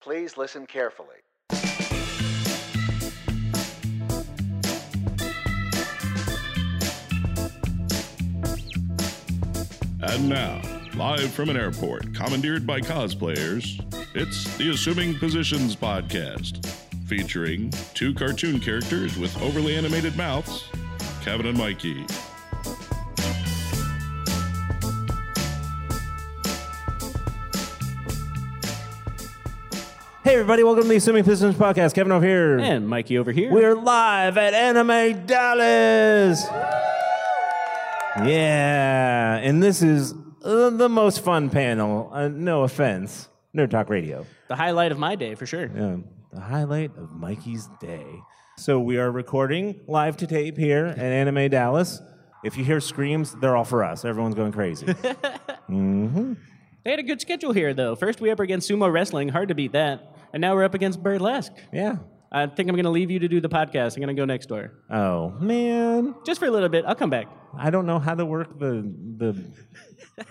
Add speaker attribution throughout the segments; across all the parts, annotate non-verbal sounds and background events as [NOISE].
Speaker 1: Please listen carefully.
Speaker 2: And now, live from an airport, commandeered by cosplayers, it's the Assuming Positions Podcast, featuring two cartoon characters with overly animated mouths, Kevin and Mikey.
Speaker 3: Hey everybody, welcome to the Assuming Pistons podcast. Kevin over here.
Speaker 4: And Mikey over here.
Speaker 3: We're live at Anime Dallas. Yeah, and this is uh, the most fun panel. Uh, no offense, Nerd Talk Radio.
Speaker 4: the highlight of my day for sure.
Speaker 3: Yeah, the highlight of Mikey's day. So we are recording live to tape here [LAUGHS] at Anime Dallas. If you hear screams, they're all for us. Everyone's going [LAUGHS] crazy. Mm-hmm.
Speaker 4: They had a good schedule here though. First we up against sumo wrestling, hard to beat that. And now we're up against burlesque.
Speaker 3: yeah.
Speaker 4: I think I'm gonna leave you to do the podcast. I'm gonna go next door.
Speaker 3: Oh man,
Speaker 4: Just for a little bit. I'll come back.
Speaker 3: I don't know how to work the the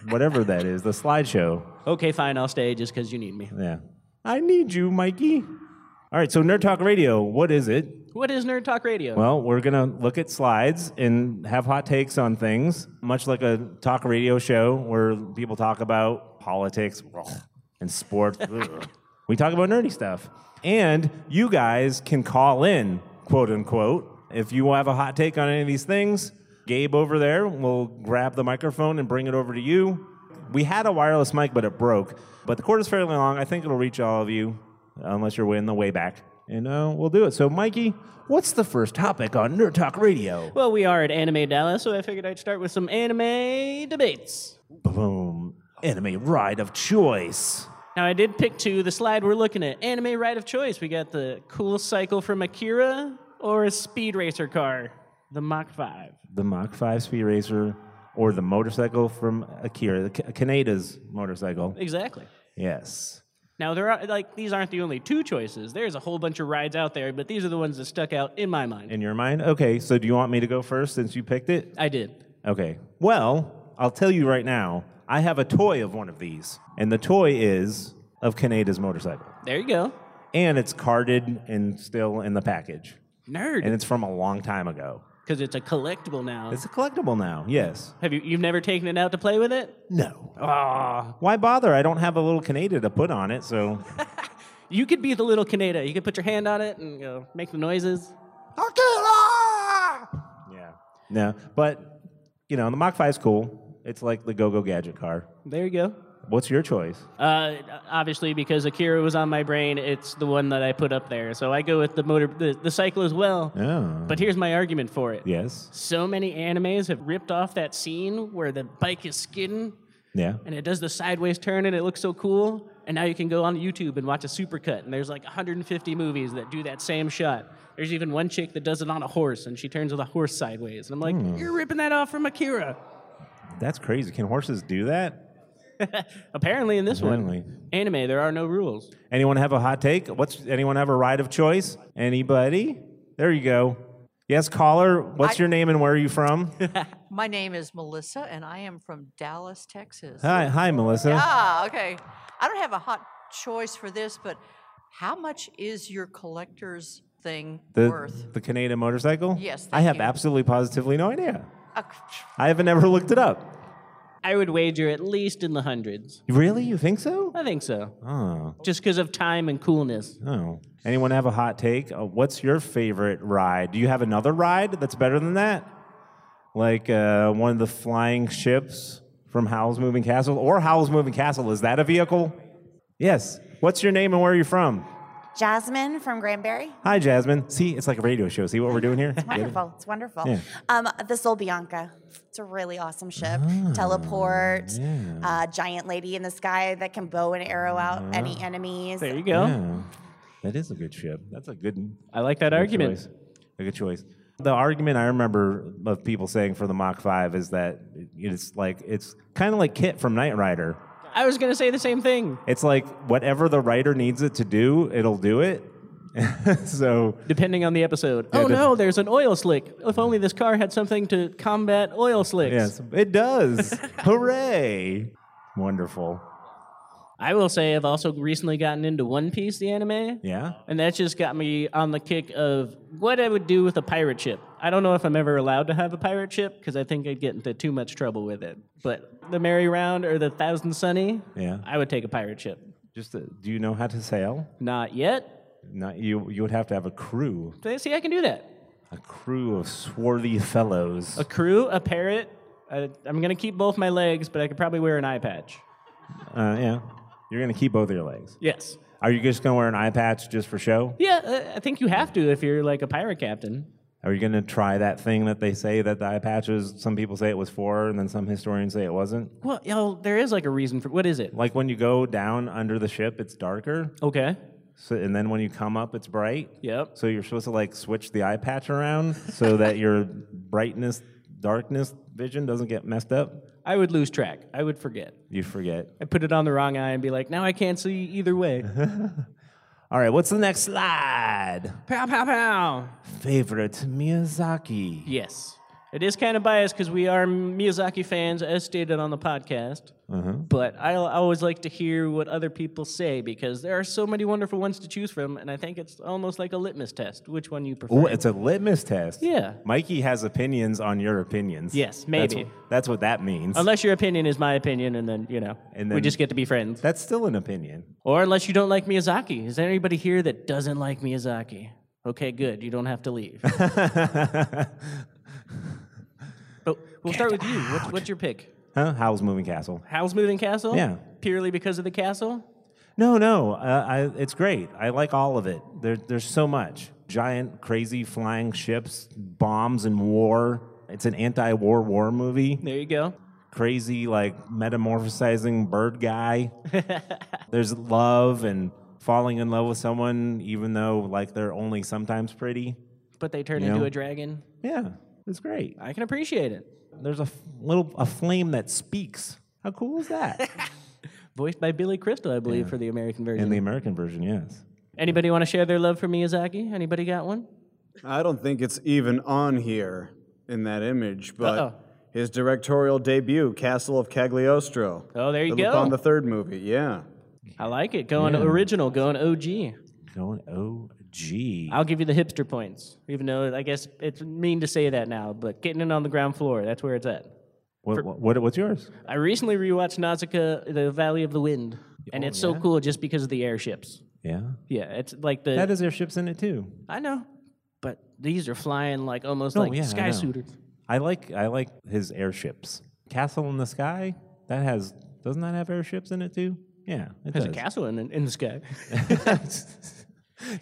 Speaker 3: whatever that is, the slideshow.
Speaker 4: Okay, fine, I'll stay just because you need me.
Speaker 3: Yeah. I need you, Mikey. All right, so Nerd Talk Radio, what is it?
Speaker 4: What is Nerd Talk Radio?
Speaker 3: Well, we're going to look at slides and have hot takes on things, much like a talk radio show where people talk about politics ugh, and sports. ugh. we talk about nerdy stuff. And you guys can call in, quote unquote, if you have a hot take on any of these things. Gabe over there will grab the microphone and bring it over to you. We had a wireless mic, but it broke. But the cord is fairly long. I think it'll reach all of you, unless you're in the way back. And uh, we'll do it. So, Mikey, what's the first topic on Nerd Talk Radio?
Speaker 4: Well, we are at Anime Dallas, so I figured I'd start with some anime debates.
Speaker 3: Boom. Anime ride of choice.
Speaker 4: Now, I did pick two. The slide we're looking at anime right of choice. We got the cool cycle from Akira or a speed racer car, the Mach 5.
Speaker 3: The Mach 5 Speed Racer or the motorcycle from Akira, the K- Kaneda's motorcycle.
Speaker 4: Exactly.
Speaker 3: Yes.
Speaker 4: Now there are like these aren't the only two choices. There's a whole bunch of rides out there, but these are the ones that stuck out in my mind.
Speaker 3: In your mind? Okay, so do you want me to go first since you picked it?
Speaker 4: I did.
Speaker 3: Okay. Well, I'll tell you right now, I have a toy of one of these, and the toy is of Kaneda's motorcycle.
Speaker 4: There you go.
Speaker 3: And it's carded and still in the package. And
Speaker 4: Nerd.
Speaker 3: it's from a long time ago.
Speaker 4: Because it's a collectible now.
Speaker 3: It's a collectible now, yes.
Speaker 4: Have you you've never taken it out to play with it?
Speaker 3: No. Ah, why bother? I don't have a little Kaneda to put on it, so.
Speaker 4: You could be the little Kaneda. You could put your hand on it and go make the noises.
Speaker 3: yeah. No, but, you know, the Mach 5 is cool. It's like the Go Go Gadget car.
Speaker 4: There you go.
Speaker 3: What's your choice?
Speaker 4: Uh, obviously, because Akira was on my brain, it's the one that I put up there. So I go with the motor, the, the cycle as well.
Speaker 3: Oh.
Speaker 4: But here's my argument for it.
Speaker 3: Yes.
Speaker 4: So many animes have ripped off that scene where the bike is skidding
Speaker 3: Yeah.
Speaker 4: and it does the sideways turn and it looks so cool. And now you can go on YouTube and watch a supercut, and there's like 150 movies that do that same shot. There's even one chick that does it on a horse, and she turns with a horse sideways. And I'm like, you're ripping that off from Akira.
Speaker 3: That's crazy. Can horses do that?
Speaker 4: Apparently, in this
Speaker 3: Apparently.
Speaker 4: one, anime, there are no rules.
Speaker 3: Anyone have a hot take? What's anyone have a ride of choice? Anybody? There you go. Yes, caller. What's
Speaker 5: I-
Speaker 3: your name and where are you from?
Speaker 5: [LAUGHS] My name is Melissa, and I am from Dallas, Texas.
Speaker 3: hi, hi, Melissa.
Speaker 5: Ah, okay. I don't have a hot choice for this, but how much is your collector's thing
Speaker 3: The
Speaker 5: worth?
Speaker 3: the Canada motorcycle.
Speaker 5: Yes,
Speaker 3: I
Speaker 5: thank
Speaker 3: have
Speaker 5: you.
Speaker 3: absolutely positively no idea.
Speaker 5: Uh, c-
Speaker 3: I haven't ever looked it up.
Speaker 4: I would wager at least in the hundreds.
Speaker 3: Really? You think so?
Speaker 4: I think so.
Speaker 3: Oh,
Speaker 4: Just because of time and coolness.
Speaker 3: oh. Anyone have a hot take? Uh, what's your favorite ride? Do you have another ride that's better than that? Like uh, one of the flying ships from Howl's Moving Castle, or Howl's Moving Castle? Is that a vehicle? Yes. What's your name and where are you from?
Speaker 6: Jasmine from
Speaker 3: [LAUGHS]
Speaker 6: Granbury.
Speaker 3: Hi, Jasmine. See, it's like a radio show. See what we're doing here? Get
Speaker 6: [LAUGHS]
Speaker 3: it?
Speaker 6: Wonderful. It's wonderful.
Speaker 3: Yeah.
Speaker 6: Um, the Soul Bianca. It's a really awesome ship.
Speaker 3: Ah,
Speaker 6: Teleport, uh, giant lady in the sky that can bow and arrow out any enemies.
Speaker 4: There you go.
Speaker 3: Uh-huh. Yeah. That is a good ship. That's a good
Speaker 4: I like that
Speaker 3: Good
Speaker 4: argument.
Speaker 3: choice. A good choice. The argument I remember of people saying for the Mach 5 is that it's like it's kind of like Kit from Knight Rider.
Speaker 4: I was going to say the same thing.
Speaker 3: It's like whatever the writer needs it to do, it'll do it. [LAUGHS] so
Speaker 4: depending on the episode. oh
Speaker 3: def-
Speaker 4: no, there's an oil slick. If only this car had something to combat oil slicks.
Speaker 3: yes, it does. Hooray! [LAUGHS] Wonderful.
Speaker 4: I will say I've also recently gotten into One Piece, the anime.
Speaker 3: Yeah.
Speaker 4: And that's just got me on the kick of what I would do with a pirate ship. I don't know if I'm ever allowed to have a pirate ship because I think I'd get into too much trouble with it. But the Merry Round or the Thousand Sunny,
Speaker 3: Yeah.
Speaker 4: I would take a pirate ship.
Speaker 3: Just uh, do you know how to sail?
Speaker 4: Not yet.
Speaker 3: Not you. You would have to have a crew,
Speaker 4: They- See, I can do that.
Speaker 3: a crew of swarthy fellows.
Speaker 4: A crew, a parrot. I, I'm gonna keep both my legs, but I could probably wear an eye patch.
Speaker 3: Uh, yeah. You're gonna keep both of your legs.
Speaker 4: Yes.
Speaker 3: Are you just gonna wear an eye patch just for show?
Speaker 4: Yeah, uh, I think you have to if you're like a pirate captain.
Speaker 3: Are you gonna try that thing that they say that the eye patches? Some people say it was for, and then some historians say it wasn't.
Speaker 4: Well, you know, there is like a reason for what is it?
Speaker 3: Like when you go down under the ship, it's darker,
Speaker 4: Okay.
Speaker 3: so, and then when you come up, it's bright.
Speaker 4: Yep.
Speaker 3: So you're supposed to like switch the eye patch around so that your brightness, darkness vision doesn't get messed up.
Speaker 4: I would lose track. I would forget.
Speaker 3: You forget.
Speaker 4: I put it on the wrong eye and be like, now I can't see either way.
Speaker 3: [LAUGHS] All right, what's the next slide?
Speaker 4: pow, pow, pow.
Speaker 3: Favorite Miyazaki.
Speaker 4: Yes. It is kind of biased because we are Miyazaki fans, as stated on the podcast.
Speaker 3: Uh-huh.
Speaker 4: But I I always like to hear what other people say because there are so many wonderful ones to choose from, and I think it's almost like a litmus test which one you prefer.
Speaker 3: Oh, it's a litmus test.
Speaker 4: Yeah.
Speaker 3: Mikey has opinions on your opinions.
Speaker 4: Yes,
Speaker 3: That's
Speaker 4: maybe.
Speaker 3: wh- That's, what that means.
Speaker 4: Unless your opinion is my opinion, and then you know
Speaker 3: And
Speaker 4: we
Speaker 3: then-
Speaker 4: just get to be friends.
Speaker 3: That's still an opinion.
Speaker 4: Or unless you don't like Miyazaki. Is there anybody here that doesn't like Miyazaki? Okay, good. You don't have to
Speaker 3: [LAUGHS]
Speaker 4: leave. but Oh, we'll start with you. What's, what's your pick?
Speaker 3: Huh? Howl's Moving Castle.
Speaker 4: Howl's Moving Castle?
Speaker 3: Yeah.
Speaker 4: Purely because of the castle? [LAUGHS]
Speaker 3: No, no, uh, I, it's great. I like all of it. There, there's so much giant, crazy flying ships, bombs, and war. It's an anti-war war movie.
Speaker 4: There you go.
Speaker 3: Crazy, like metamorphosizing
Speaker 4: [LAUGHS]
Speaker 3: bird guy. there's love and falling in love with someone, even though like they're only sometimes pretty.
Speaker 4: But they turn
Speaker 3: You
Speaker 4: into
Speaker 3: know?
Speaker 4: a dragon.
Speaker 3: Yeah, it's great.
Speaker 4: I can appreciate it.
Speaker 3: There's a f- little a flame that speaks. How cool is that?
Speaker 4: Voiced [LAUGHS] by Billy Crystal, I believe, for the American
Speaker 3: in
Speaker 4: version.
Speaker 3: the American version, yes.
Speaker 4: Anybody want to share their love for Miyazaki? Anybody got one?
Speaker 1: I don't think it's even on here in that image, but
Speaker 4: Uh-oh.
Speaker 1: his directorial debut, Castle of Cagliostro.
Speaker 4: Oh, there you
Speaker 1: the Lupin
Speaker 4: go.
Speaker 1: the third movie, yeah.
Speaker 4: I like it. Going original, going OG.
Speaker 3: Going OG.
Speaker 4: I'll give you the hipster points, even though I guess it's mean to say that now, but getting in on the ground floor, that's where it's at.
Speaker 3: What, what, what's yours?
Speaker 4: I recently rewatched Nausicaa, The Valley of the Wind, and it's so cool just because of the airships.
Speaker 3: Oh, Yeah.
Speaker 4: Yeah, it's like the.
Speaker 3: That is their ships in it too.
Speaker 4: I know, but these are flying like almost like
Speaker 3: Oh, yeah, I
Speaker 4: sky
Speaker 3: know.
Speaker 4: suiters.
Speaker 3: I like I like his airships. Castle in the Sky that has doesn't that have airships in it too? Yeah, it
Speaker 4: There's a
Speaker 3: does.
Speaker 4: castle in, in the
Speaker 3: [LAUGHS]
Speaker 4: sky.
Speaker 3: [LAUGHS]
Speaker 4: [LAUGHS]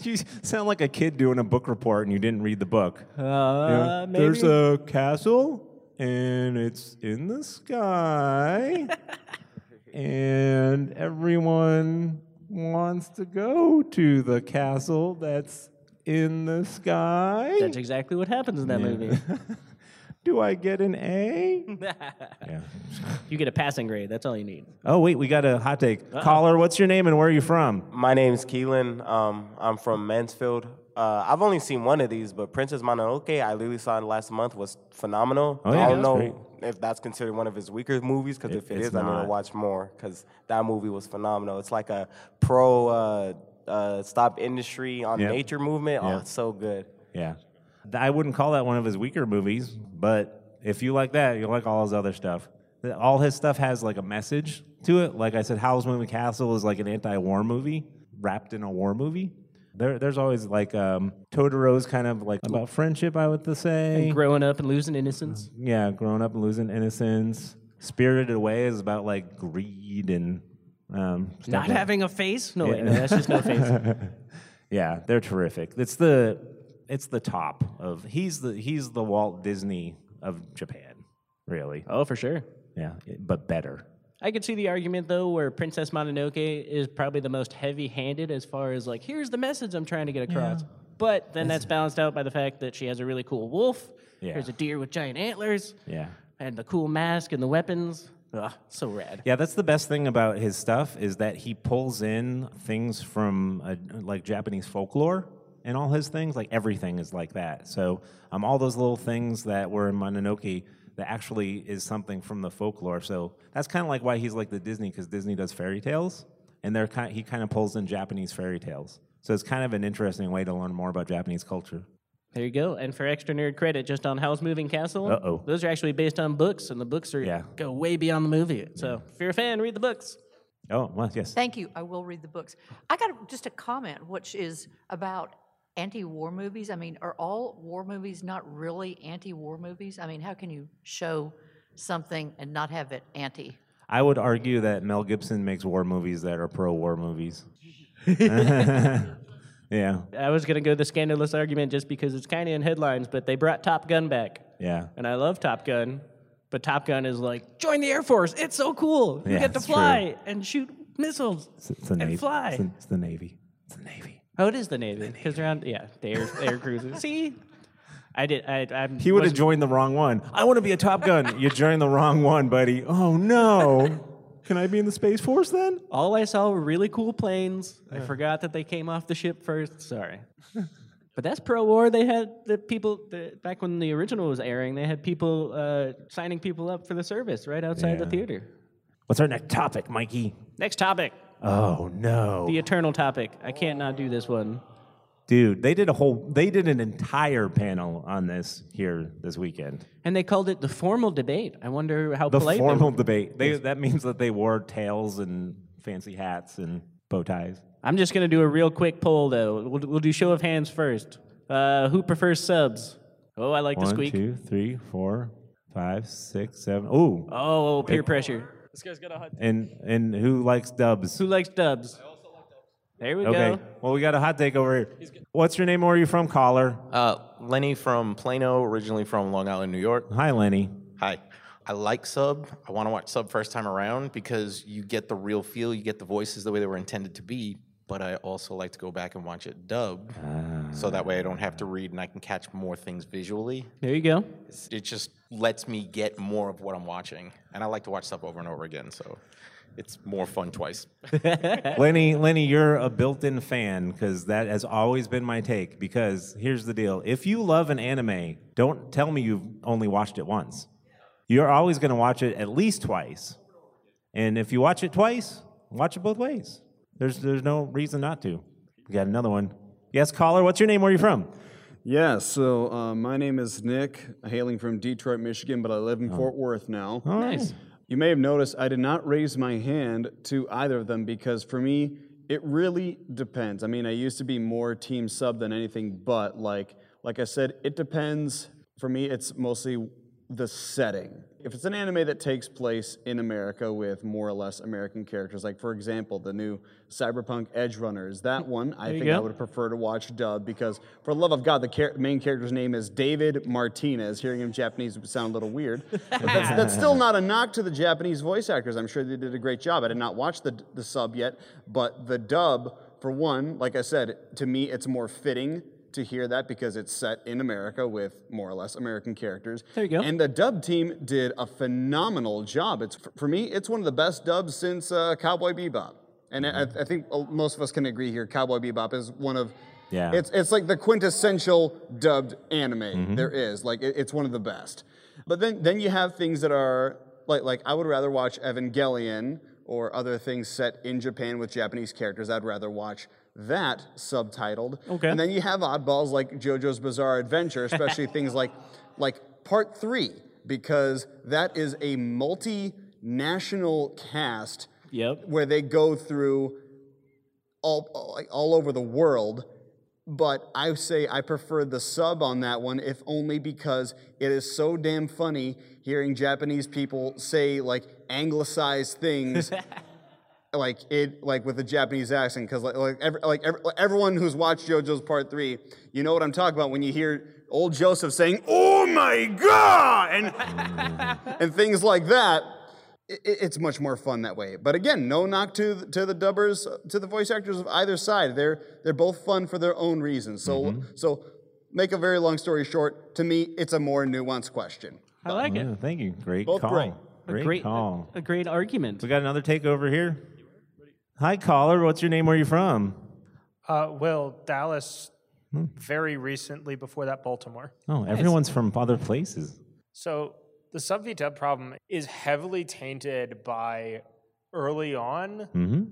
Speaker 3: you sound like a kid doing a book report and you didn't read the book.
Speaker 4: Uh,
Speaker 3: You know,
Speaker 4: maybe.
Speaker 3: There's a castle and it's in the
Speaker 4: [LAUGHS]
Speaker 3: sky, and everyone wants to go to the castle that's in the sky.
Speaker 4: That's exactly what happens in that
Speaker 3: [LAUGHS]
Speaker 4: movie.
Speaker 3: Do I get an A?
Speaker 4: [LAUGHS]
Speaker 3: yeah.
Speaker 4: You get a passing grade. That's all you need.
Speaker 3: Oh wait, we got a hot take. Caller, what's your name and where are you from?
Speaker 7: My name's Keelan. Um, I'm from Mansfield. Uh, I've only seen one of these, but Princess Mononoke, I literally saw it last month, was phenomenal.
Speaker 3: Oh, yeah,
Speaker 7: I don't
Speaker 3: that
Speaker 7: know
Speaker 3: was
Speaker 7: if that's considered one of his weaker movies, because
Speaker 3: It-
Speaker 7: if it
Speaker 3: it's
Speaker 7: is, I'm going
Speaker 3: not.
Speaker 7: to watch more, because that movie was phenomenal. It's like a pro uh, uh, stop industry on
Speaker 3: Yep.
Speaker 7: nature movement.
Speaker 3: Yeah.
Speaker 7: Oh, it's so good.
Speaker 3: Yeah. Th- I wouldn't call that one of his weaker movies, but if you like that, you'll like all his other stuff. Th- All his stuff has like a message to it. Like I said, Howl's Moving Castle is like an anti-war movie wrapped in a war movie. There, there's always like um, Totoro's kind of like about friendship, I would say.
Speaker 4: Growing up and losing innocence.
Speaker 3: yeah, growing up and losing innocence. Spirited Away is about like greed and um, stuff
Speaker 4: Not
Speaker 3: like-
Speaker 4: having a face? No, wait, no, that's just no face.
Speaker 3: [LAUGHS] Yeah, they're terrific. It's the it's the top of he's the he's the Walt Disney of Japan, really.
Speaker 4: Oh, for sure.
Speaker 3: Yeah, i- but better.
Speaker 4: I could see the argument though, where Princess Mononoke is probably the most heavy-handed as far as like, here's the message I'm trying to get across. But then that's balanced out by the fact that she has a really cool wolf.
Speaker 3: Yeah.
Speaker 4: There's a deer with giant antlers,
Speaker 3: Yeah.
Speaker 4: and the cool mask and the weapons. Ugh, so rad.
Speaker 3: Yeah, that's the best thing about his stuff is that he pulls in things from uh like Japanese folklore and all his things. Like everything is like that. So um, all those little things that were in Mononoke that actually is something from the folklore. So that's kind of like why he's like the Disney because Disney does fairy tales. and they're kind. He kind of pulls in Japanese fairy tales. So it's kind of an interesting way to learn more about Japanese culture.
Speaker 4: There you go. And for extra nerd credit, just on Howl's Moving Castle,
Speaker 3: Uh-oh.
Speaker 4: those are actually based on books, and the books are
Speaker 3: Yeah.
Speaker 4: go way beyond the movie. So if you're a fan, read the books.
Speaker 3: Oh, well, yes.
Speaker 5: Thank you. I will read the books. I got a- just a comment, which is about anti-war movies. I mean, are all war movies not really anti-war movies? I mean, how can you show something and not have it anti?
Speaker 3: I would argue that Mel Gibson makes war movies that are pro-war movies. [LAUGHS] yeah,
Speaker 4: I was going to go the scandalous argument just because it's kind of in headlines, but they brought Top Gun back.
Speaker 3: yeah.
Speaker 4: And I love Top Gun, but Top Gun is like, join the Air Force. It's so cool. You
Speaker 3: Yeah,
Speaker 4: get to
Speaker 3: it's true.
Speaker 4: fly and shoot missiles
Speaker 3: It's, it's the
Speaker 4: and
Speaker 3: Navy.
Speaker 4: fly.
Speaker 3: It's the, it's the Navy. It's the Navy.
Speaker 4: oh, it is the Navy. Because they're on, yeah, the air, air cruisers. [LAUGHS] See? I did. I, I'm,
Speaker 3: He would have
Speaker 4: wasn't-
Speaker 3: joined the wrong one. I want to be a Top
Speaker 4: [LAUGHS]
Speaker 3: Gun. you joined the wrong one, buddy. Oh no. Can I be in the Space Force then?
Speaker 4: All I saw were really cool planes. I forgot that they came off the ship first. Sorry. but that's pro war. They had the people, the, back when the original was airing, they had people uh, signing people up for the service right outside the
Speaker 3: Yeah.
Speaker 4: theater.
Speaker 3: What's our next topic, Mikey?
Speaker 4: Next topic
Speaker 3: Oh no.
Speaker 4: the eternal topic. I can't not do this one.
Speaker 3: Dude, they did a whole they did an entire panel on this here this weekend.
Speaker 4: And they called it the formal debate. I wonder how
Speaker 3: The
Speaker 4: polite they
Speaker 3: formal debate. They, that means that they wore tails and fancy hats and bow ties.
Speaker 4: I'm just going to do a real quick poll, though. We'll, we'll do show of hands first. Uh, who prefers subs? Oh, I like the
Speaker 3: One,
Speaker 4: squeak.
Speaker 3: two, three, four, five, six, seven. Ooh.
Speaker 4: Oh, peer pressure.
Speaker 3: And and who likes dubs?
Speaker 4: Who likes dubs? I also like dubs. There we
Speaker 3: Okay.
Speaker 4: go.
Speaker 3: Well, we got a hot take over here. What's your name? Where are you from, caller?
Speaker 8: Uh, Lenny from Plano, originally from Long Island, New York.
Speaker 3: Hi, Lenny.
Speaker 8: Hi. I like sub. I want to watch sub first time around because you get the real feel, you get the voices the way they were intended to be. But I also like to go back and watch it dubbed, so that way I don't
Speaker 3: Ah.
Speaker 8: have to read and I can catch more things visually.
Speaker 4: There you go.
Speaker 8: It's- It just lets me get more of what I'm watching, and I like to watch sub over and over again, so it's more fun
Speaker 4: [LAUGHS]
Speaker 8: twice.
Speaker 3: Lenny, Lenny, you're a built-in fan because that has always been my take. Because here's the deal: if you love an anime, don't tell me you've only watched it once. You're always going to watch it at least twice, and if you watch it twice, watch it both ways. There's there's no reason not to. We got another one. Yes, caller, what's your name? Where are you from?
Speaker 1: Yeah, so uh, my name is Nick, hailing from Detroit, Michigan, but I live in Fort Worth now.
Speaker 4: Oh. Nice.
Speaker 1: You may have noticed I did not raise my hand to either of them because for me, it really depends. I mean, I used to be more team sub than anything, but like like I said, it depends. For me, it's mostly the setting. If it's an anime that takes place in America with more or less American characters, like for example, the new Cyberpunk Edge Runners, that one I think I
Speaker 4: go.
Speaker 1: would prefer to watch dub because, for the love of God, the char- main character's name is David Martinez. Hearing him Japanese would sound a little weird, [LAUGHS] but that's, that's still not a knock to the Japanese voice actors. I'm sure they did a great job. I did not watch the the sub yet, but the dub, for one, like I said, to me it's more fitting to hear that because it's set in America with more or less American characters.
Speaker 4: There you go.
Speaker 1: And the dub team did a phenomenal job. It's for me, it's one of the best dubs since uh, Cowboy Bebop. And I,
Speaker 4: Mm-hmm.
Speaker 1: I think most of us can agree here. Cowboy Bebop is one of
Speaker 3: Yeah.
Speaker 1: It's it's like the quintessential dubbed anime
Speaker 4: Mm-hmm.
Speaker 1: there is. Like it- it's one of the best. But then then you have things that are like like I would rather watch Evangelion or other things set in Japan with Japanese characters. I'd rather watch that subtitled.
Speaker 4: Okay.
Speaker 1: And then you have oddballs like JoJo's Bizarre Adventure,
Speaker 4: [LAUGHS]
Speaker 1: especially things like like part three, because that is a multinational cast
Speaker 4: Yep.
Speaker 1: where they go through all all- like, all over the world. But I say I prefer the sub on that one, if only because it is so damn funny hearing Japanese people say like anglicized things, like it like with a Japanese accent. Because like like, every, like every, like, everyone who's watched JoJo's Part Three, you know what I'm talking about when you hear old Joseph saying "Oh my god" and and things like that it, it's much more fun that way. But again, no knock to th- to the dubbers, uh, to the voice actors of either side. They're they're both fun for their own reasons. So
Speaker 3: Mm-hmm.
Speaker 1: so make a very long story short. To me, it's a more nuanced question.
Speaker 4: I like it.
Speaker 3: Yeah, thank you. Great
Speaker 1: Both
Speaker 3: call.
Speaker 1: great.
Speaker 3: Great,
Speaker 4: Great
Speaker 3: call.
Speaker 4: A, a great argument.
Speaker 3: We got another take over here. Hi, caller. What's your name? Where are you from?
Speaker 9: Uh, well, Dallas, very recently before that, Baltimore.
Speaker 3: Hmm. Oh, everyone's from other places.
Speaker 9: So the sub v dub problem is heavily tainted by early on
Speaker 3: Mm-hmm.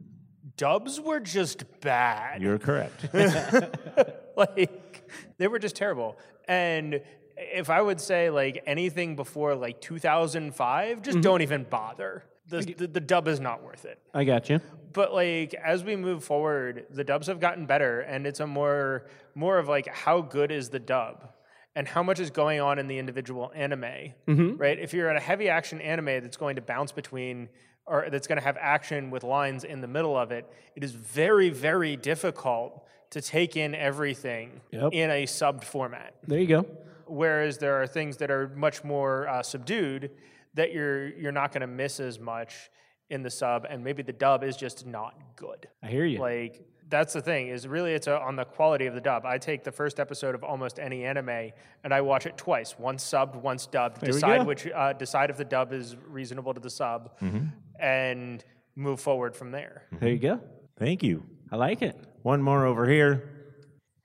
Speaker 9: dubs were just bad.
Speaker 3: You're [LAUGHS] correct.
Speaker 9: [LAUGHS]
Speaker 1: [LAUGHS]
Speaker 9: like they were just terrible. And if I would say like anything before like 2005,
Speaker 4: Mm-hmm.
Speaker 9: just don't even bother. The, the, the dub is not worth it.
Speaker 4: I got you.
Speaker 9: But like as we move forward, the dubs have gotten better, and it's a more more of like how good is the dub, and how much is going on in the individual anime, right? If you're at a heavy action anime that's going to bounce between or that's going to have action with lines in the middle of it, it is very very difficult to take in everything
Speaker 4: Yep.
Speaker 9: in a subbed format
Speaker 4: There you go.
Speaker 9: whereas there are things that are much more uh, subdued that you're you're not going to miss as much in the sub and maybe the dub is just not good
Speaker 4: I hear you.
Speaker 9: like that's the thing is really it's uh on the quality of the dub i take the first episode of almost any anime and i watch it twice once subbed once dubbed
Speaker 3: we
Speaker 9: decide
Speaker 3: go.
Speaker 9: which uh, decide if the dub is reasonable to the sub
Speaker 4: Mm-hmm.
Speaker 9: and move forward from there
Speaker 4: there you go.
Speaker 3: Mm-hmm. Thank you.
Speaker 4: I like it.
Speaker 3: One more over here.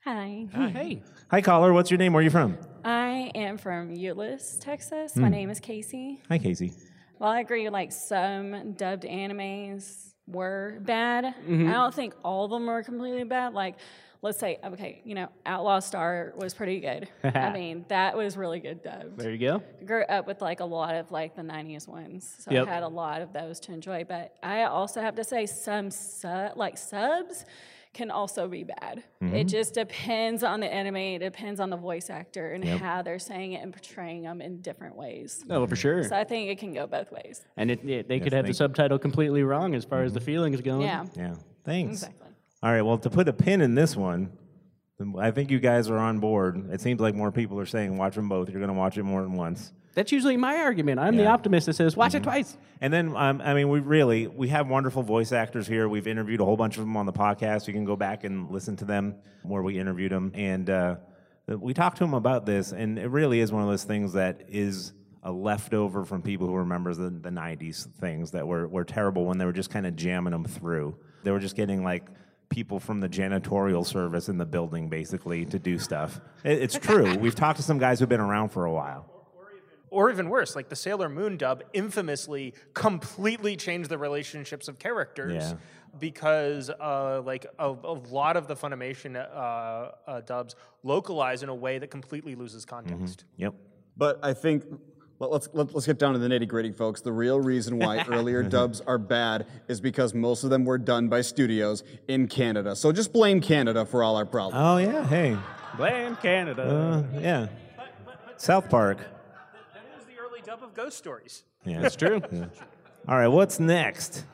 Speaker 10: Hi.
Speaker 4: Hey,
Speaker 3: Hi, caller. What's your name? Where are you from?
Speaker 10: I am from Euless, Texas. My name is Casey.
Speaker 3: Hi, Casey.
Speaker 10: Well, I agree, like some dubbed animes were bad.
Speaker 4: Mm-hmm.
Speaker 10: I don't think all of them were completely bad. Like, let's say, okay, you know, Outlaw Star was
Speaker 4: [LAUGHS]
Speaker 10: pretty good. I mean, that was really good dubbed.
Speaker 4: there you go.
Speaker 10: grew up with like a lot of like the 90s ones so
Speaker 4: Yep.
Speaker 10: i had a lot of those to enjoy but i also have to say some su- like subs can also be bad it
Speaker 4: Mm-hmm.
Speaker 10: just depends on the anime it depends on the voice actor and how they're saying it and portraying them in different ways
Speaker 4: Oh, for sure.
Speaker 10: so i think it can go both ways
Speaker 4: And it, it- they could have the
Speaker 3: thank-
Speaker 4: subtitle completely wrong as far as the feelings going.
Speaker 10: yeah
Speaker 3: Yeah. Thanks.
Speaker 10: exactly
Speaker 3: All right. Well, to put a pin in this one, then I think you guys are on board. It seems like more people are saying watch them both. You're going to watch it more than once.
Speaker 4: That's usually my argument. I'm the optimist that says, watch it twice.
Speaker 3: And then, um, I mean, we really we have wonderful voice actors here. We've interviewed a whole bunch of them on the podcast. You can go back and listen to them where we interviewed them, and uh, we talked to them about this. And it really is one of those things that is a leftover from people who remember the, the '90s things that were were terrible when they were just kind of jamming them through. They were just getting like people from the janitorial service in the building basically to do stuff. It, [LAUGHS] it's true. We've talked to some guys who've been around for a while.
Speaker 9: or even worse, like the Sailor Moon dub infamously completely changed the relationships of characters
Speaker 3: Yeah.
Speaker 9: because uh, like a, a lot of the Funimation uh, uh, dubs localize in a way that completely loses context.
Speaker 3: Yep.
Speaker 1: But I think let- let's let, let's get down to the nitty gritty, folks. The real reason why
Speaker 3: [LAUGHS]
Speaker 1: earlier dubs are bad is because most of them were done by studios in Canada. So just blame Canada for all our problems.
Speaker 3: Oh yeah. Hey.
Speaker 4: Blame Canada.
Speaker 3: Uh, yeah. South Park.
Speaker 9: That is the early dub of Ghost Stories.
Speaker 3: Mm-hmm. Yeah,
Speaker 4: [LAUGHS]
Speaker 3: that's true. All right, what's next?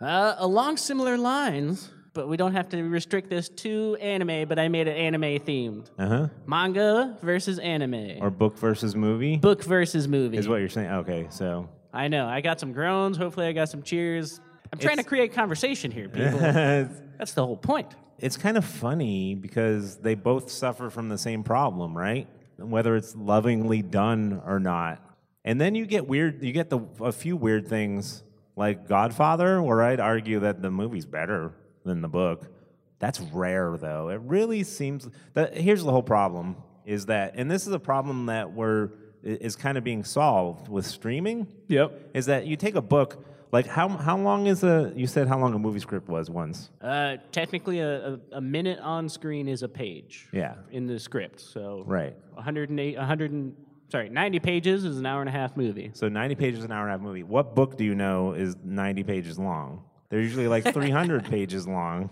Speaker 4: Uh, along similar lines, but we don't have to restrict this to anime, but I made it anime themed.
Speaker 3: Uh huh.
Speaker 4: Manga versus anime.
Speaker 3: Or book versus movie
Speaker 4: book versus movie.
Speaker 3: is what you're saying. Okay, so
Speaker 4: I know. I got some groans. Hopefully, I got some cheers. I'm trying to create conversation here,
Speaker 3: [LAUGHS]
Speaker 4: people.
Speaker 3: it's,
Speaker 4: That's the whole point.
Speaker 3: it's kind of funny because they both suffer from the same problem, right? Whether it's lovingly done or not. And then you get weird. You get the a few weird things like Godfather, where I'd argue that the movie's better than the book. That's rare, though. It really seems that here's the whole problem is that, and this is a problem that we're i- is kind of being solved with streaming.
Speaker 4: Yep.
Speaker 3: Is that you take a book like how how long is a you said how long a movie script was once?
Speaker 4: Uh, technically, a, a, a minute on screen is a page.
Speaker 3: Yeah.
Speaker 4: In the script, so
Speaker 3: Right.
Speaker 4: 108, 100, and, sorry, 90 pages is an hour and a half movie.
Speaker 3: So 90 pages an hour and a half movie. What book do you know is 90 pages long? They're usually like 300 pages long.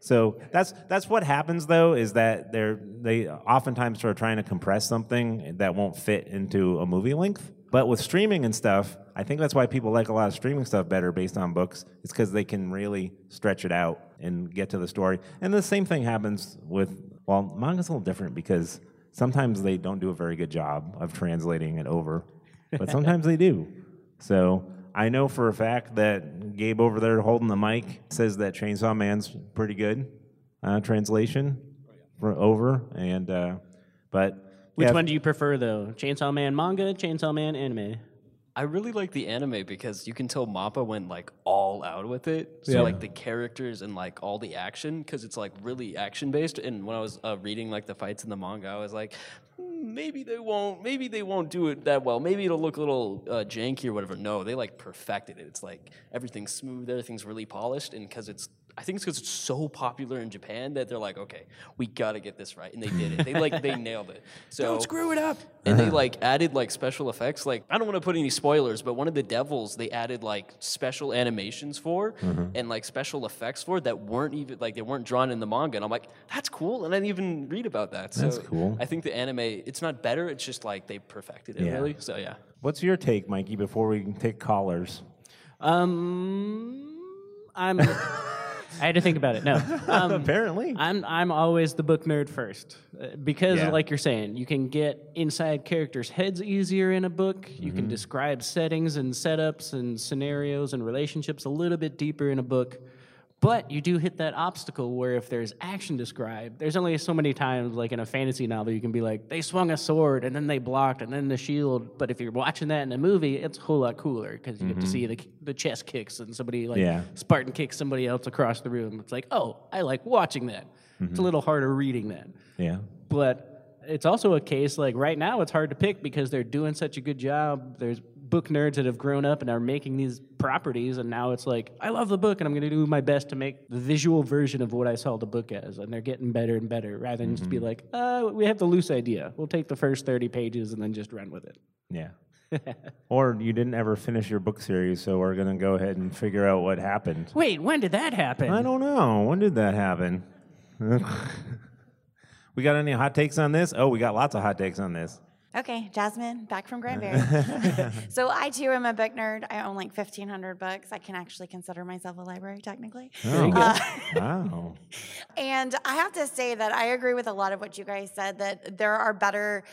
Speaker 3: So that's that's what happens though is that they're they oftentimes are trying to compress something that won't fit into a movie length. But with streaming and stuff, I think that's why people like a lot of streaming stuff better based on books. It's because they can really stretch it out and get to the story. And the same thing happens with well, manga's a little different because sometimes they don't do a very good job of translating it over but sometimes they do. So I know for a fact that Gabe over there holding the mic says that Chainsaw Man's pretty good uh, translation for over and uh, but
Speaker 4: Which
Speaker 3: yeah,
Speaker 4: one do you prefer, though? Chainsaw Man manga, Chainsaw Man anime?
Speaker 11: I really like the anime because you can tell Mappa went like all out with it. So like the characters and like all the action because it's like really action based. And when I was uh, reading like the fights in the manga, I was like, "Hmm, maybe they won't, maybe they won't do it that well. Maybe it'll look a little uh, janky or whatever. No, they like perfected it. It's like everything's smooth, everything's really polished, and because it's I think it's because it's so popular in Japan that they're like, okay, we gotta get this right, and they did it. They like
Speaker 8: [LAUGHS]
Speaker 11: they nailed it. So
Speaker 8: Don't screw it up.
Speaker 11: and
Speaker 3: Uh-huh.
Speaker 11: they like added like special effects. Like I don't want to put any spoilers, but one of the devils they added like special animations for
Speaker 3: Mm-hmm.
Speaker 11: and like special effects for that weren't even like they weren't drawn in the manga. And I'm like, that's cool. And I didn't even read about that. So
Speaker 3: That's cool.
Speaker 11: I think the anime, it's not better. It's just like they perfected it
Speaker 3: Yeah.
Speaker 11: really. So yeah.
Speaker 3: What's your take, Mikey? Before we take callers,
Speaker 4: Um, I'm. [LAUGHS] I had to think about it. No, um,
Speaker 3: apparently,
Speaker 4: I'm I'm always the book nerd first Uh, because,
Speaker 3: Yeah.
Speaker 4: like you're saying, you can get inside characters' heads easier in a book. You
Speaker 3: Mm-hmm.
Speaker 4: can describe settings and setups and scenarios and relationships a little bit deeper in a book. But you do hit that obstacle where if there's action described, there's only so many times, like in a fantasy novel, you can be like, they swung a sword and then they blocked and then the shield. But if you're watching that in a movie, it's a whole lot cooler because you get to
Speaker 3: Mm-hmm.
Speaker 4: see the, the chest kicks and somebody like
Speaker 3: Yeah.
Speaker 4: Spartan kicks somebody else across the room. It's like, oh, I like watching that. It's a little harder reading that.
Speaker 3: yeah,
Speaker 4: But it's also a case like right now it's hard to pick because they're doing such a good job. There's book nerds that have grown up and are making these properties and now it's like I love the book and I'm going to do my best to make the visual version of what I saw the book as and they're getting better and better rather than just be like, "Uh, we have the loose idea. We'll take the first 30 pages and then just run with it." [LAUGHS]
Speaker 3: yeah. or you didn't ever finish your book series, so we're gonna go ahead and figure out what happened.
Speaker 4: Wait, when did that happen?
Speaker 3: I don't know. When did that happen? we got any hot takes on this? Oh, we got lots of hot takes
Speaker 4: [LAUGHS]
Speaker 3: on this.
Speaker 6: Okay, Jasmine, back from
Speaker 3: [LAUGHS]
Speaker 6: Granbury. so I too am a book nerd. I own like fifteen hundred books. I can actually consider myself a library technically.
Speaker 3: Oh,
Speaker 6: Uh,
Speaker 3: [LAUGHS] wow.
Speaker 6: And I have to say that I agree with a lot of what you guys said that there are better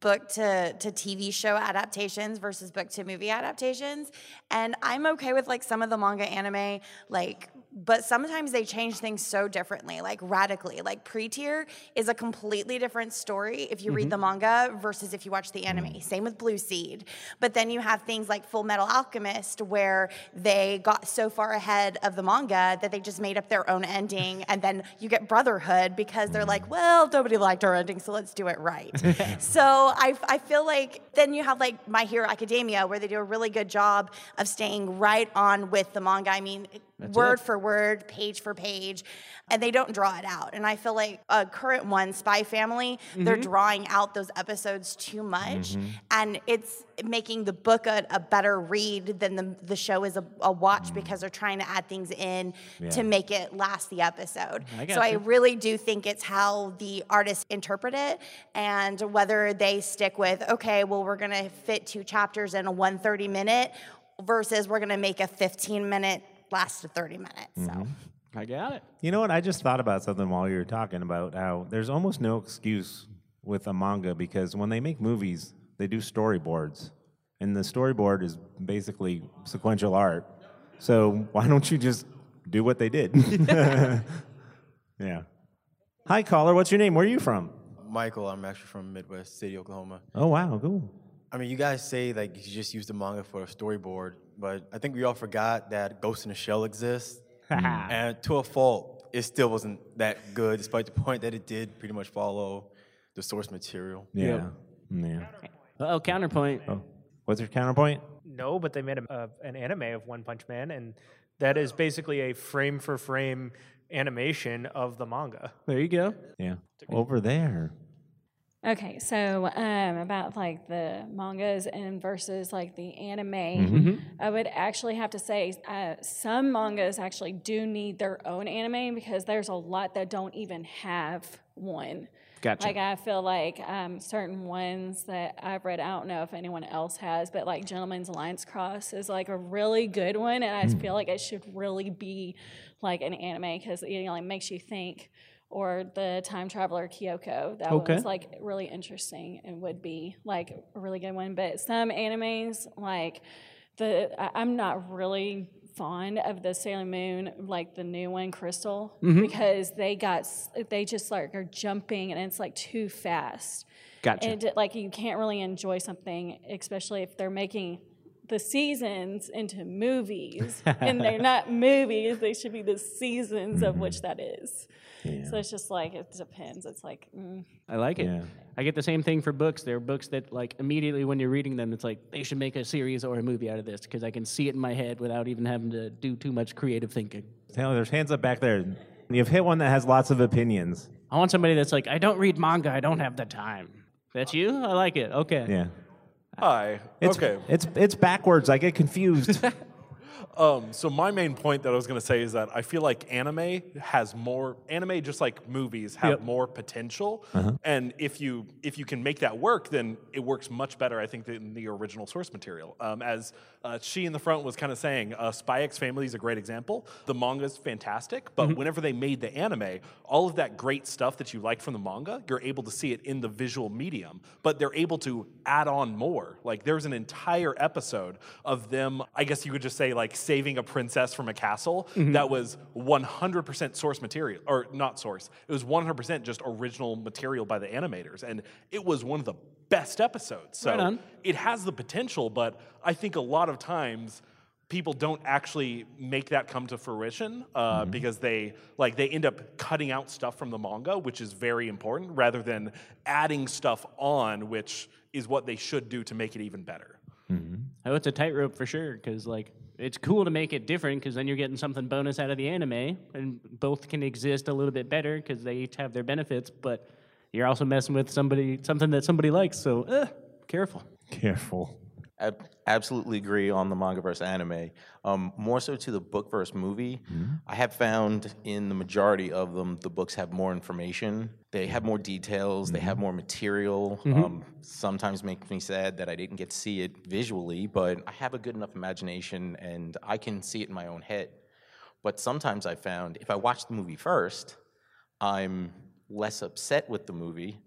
Speaker 6: book to, to TV show adaptations versus book to movie adaptations. And I'm okay with like some of the manga anime, like, but sometimes they change things so differently, like radically. Like pre tier is a completely different story if you read the manga versus if you watch the anime. Same with Blue Seed. But then you have things like Full Metal Alchemist where they got so far ahead of the manga that they just made up their own ending and then you get brotherhood because they're like well nobody liked our ending so let's do it right so I, I feel like then you have like my hero academia where they do a really good job of staying right on with the manga i mean word for word page for page and they don't draw it out and i feel like a current one spy family they're drawing out those episodes too much
Speaker 4: Mm-hmm.
Speaker 6: and it's making the book a, a better read than the, the show is a, a watch
Speaker 4: Mm-hmm.
Speaker 6: because they're trying to add things in
Speaker 3: Yeah.
Speaker 6: to make it last the episode. so
Speaker 4: got
Speaker 6: I
Speaker 4: you.
Speaker 6: really do think it's how the artists interpret it and whether they stick with, okay, well, we're going to fit two chapters in a 130 minute versus we're going to make a 15 minute last to 30 minutes.
Speaker 3: Mm-hmm.
Speaker 6: So.
Speaker 4: I got it.
Speaker 3: You know what? I just thought about something while you were talking about how there's almost no excuse with a manga because when they make movies, they do storyboards. And the storyboard is basically sequential art. So why don't you just do what they did?
Speaker 4: [LAUGHS]
Speaker 3: [LAUGHS] yeah. Hi, caller. What's your name? Where are you from?
Speaker 12: Michael, I'm actually from Midwest City, Oklahoma.
Speaker 3: Oh, wow. Cool.
Speaker 12: I mean, you guys say like you just use the manga for a storyboard, but I think we all forgot that Ghost in the
Speaker 3: [LAUGHS]
Speaker 12: Shell exists. and to a fault, it still wasn't that good, despite the point that it did pretty much follow the source material.
Speaker 3: Yeah. Yeah.
Speaker 4: Oh, counterpoint.
Speaker 3: Oh. What's your counterpoint?
Speaker 9: [LAUGHS] No, but they made a, a, an anime of One Punch Man, and that is basically a frame for frame animation of the manga.
Speaker 4: There you go.
Speaker 3: Yeah. Over there.
Speaker 10: Okay, so um, about like the mangas and versus like the anime,
Speaker 4: Mm-hmm.
Speaker 10: I would actually have to say uh, some mangas actually do need their own anime because there's a lot that don't even have one.
Speaker 4: Gotcha.
Speaker 10: Like I feel like um, certain ones that I've read, I don't know if anyone else has, but like Gentleman's Alliance Cross is like a really good one, and I
Speaker 4: Hmm.
Speaker 10: just feel like it should really be like an anime because it you know, like makes you think. Or the time traveler Kyoko. That
Speaker 4: Okay.
Speaker 10: one's like really interesting and would be like a really good one. But some animes like the I- I'm not really fond of the Sailor Moon like the new one Crystal
Speaker 4: Mm-hmm.
Speaker 10: because they got s- they just like are jumping and it's like too fast.
Speaker 4: Gotcha.
Speaker 10: And like you can't really enjoy something especially if they're making the seasons
Speaker 4: [LAUGHS]
Speaker 10: into movies, and they're not movies. They should be the seasons of which that is. So it's just like it depends. It's like mm.
Speaker 4: I like it. I get the same thing for books. There are books that, like, immediately when you're reading them, it's like they should make a series or a movie out of this because I can see it in my head without even having to do too much creative thinking.
Speaker 3: Taylor, there's hands up back there. You've hit one that has lots of opinions.
Speaker 4: I want somebody that's like, I don't read manga. I don't have the time. That's you. I like it. Okay.
Speaker 3: Yeah.
Speaker 13: Hi.
Speaker 3: It's,
Speaker 13: okay.
Speaker 3: It's it's backwards. I get confused.
Speaker 13: Um, so my main point that I was going to say is that I feel like anime has more anime, just like movies, have
Speaker 3: Yep.
Speaker 13: more potential.
Speaker 3: Uh-huh.
Speaker 13: And if you if you can make that work, then it works much better, I think, than the original source material. Um, as uh, she in the front was kind of saying, uh, Spy X Family is a great example. The manga is fantastic, but
Speaker 3: Mm-hmm.
Speaker 13: whenever they made the anime, all of that great stuff that you liked from the manga, you're able to see it in the visual medium. But they're able to add on more. Like there's an entire episode of them. I guess you could just say like saving a princess from a castle.
Speaker 4: Mm-hmm.
Speaker 2: Mhm.
Speaker 13: That was 100% source material, or not source. It was 100% just original material by the animators, and it was one of the best episodes. So
Speaker 4: Right on.
Speaker 13: it has the potential, but I think a lot of times people don't actually make that come to fruition uh, because they like they end up cutting out stuff from the manga, which is very important, rather than adding stuff on, which is what they should do to make it even better.
Speaker 4: Oh, it's a tightrope for sure because like it's cool to make it different because then you're getting something bonus out of the anime, and both can exist a little bit better because they each have their benefits. But you're also messing with somebody something that somebody likes, so eh, careful.
Speaker 3: Careful.
Speaker 8: Ab- absolutely agree on the manga versus anime. Um, more so to the book versus movie.
Speaker 4: Hmm?
Speaker 8: I have found in the majority of them, the books have more information. They have more details. They have more material.
Speaker 11: Mhm.
Speaker 8: Um, sometimes makes me sad that I didn't get to see it visually, but I have a good enough imagination and I can see it in my own head. But sometimes I found if I watch the movie first, I'm less upset with the movie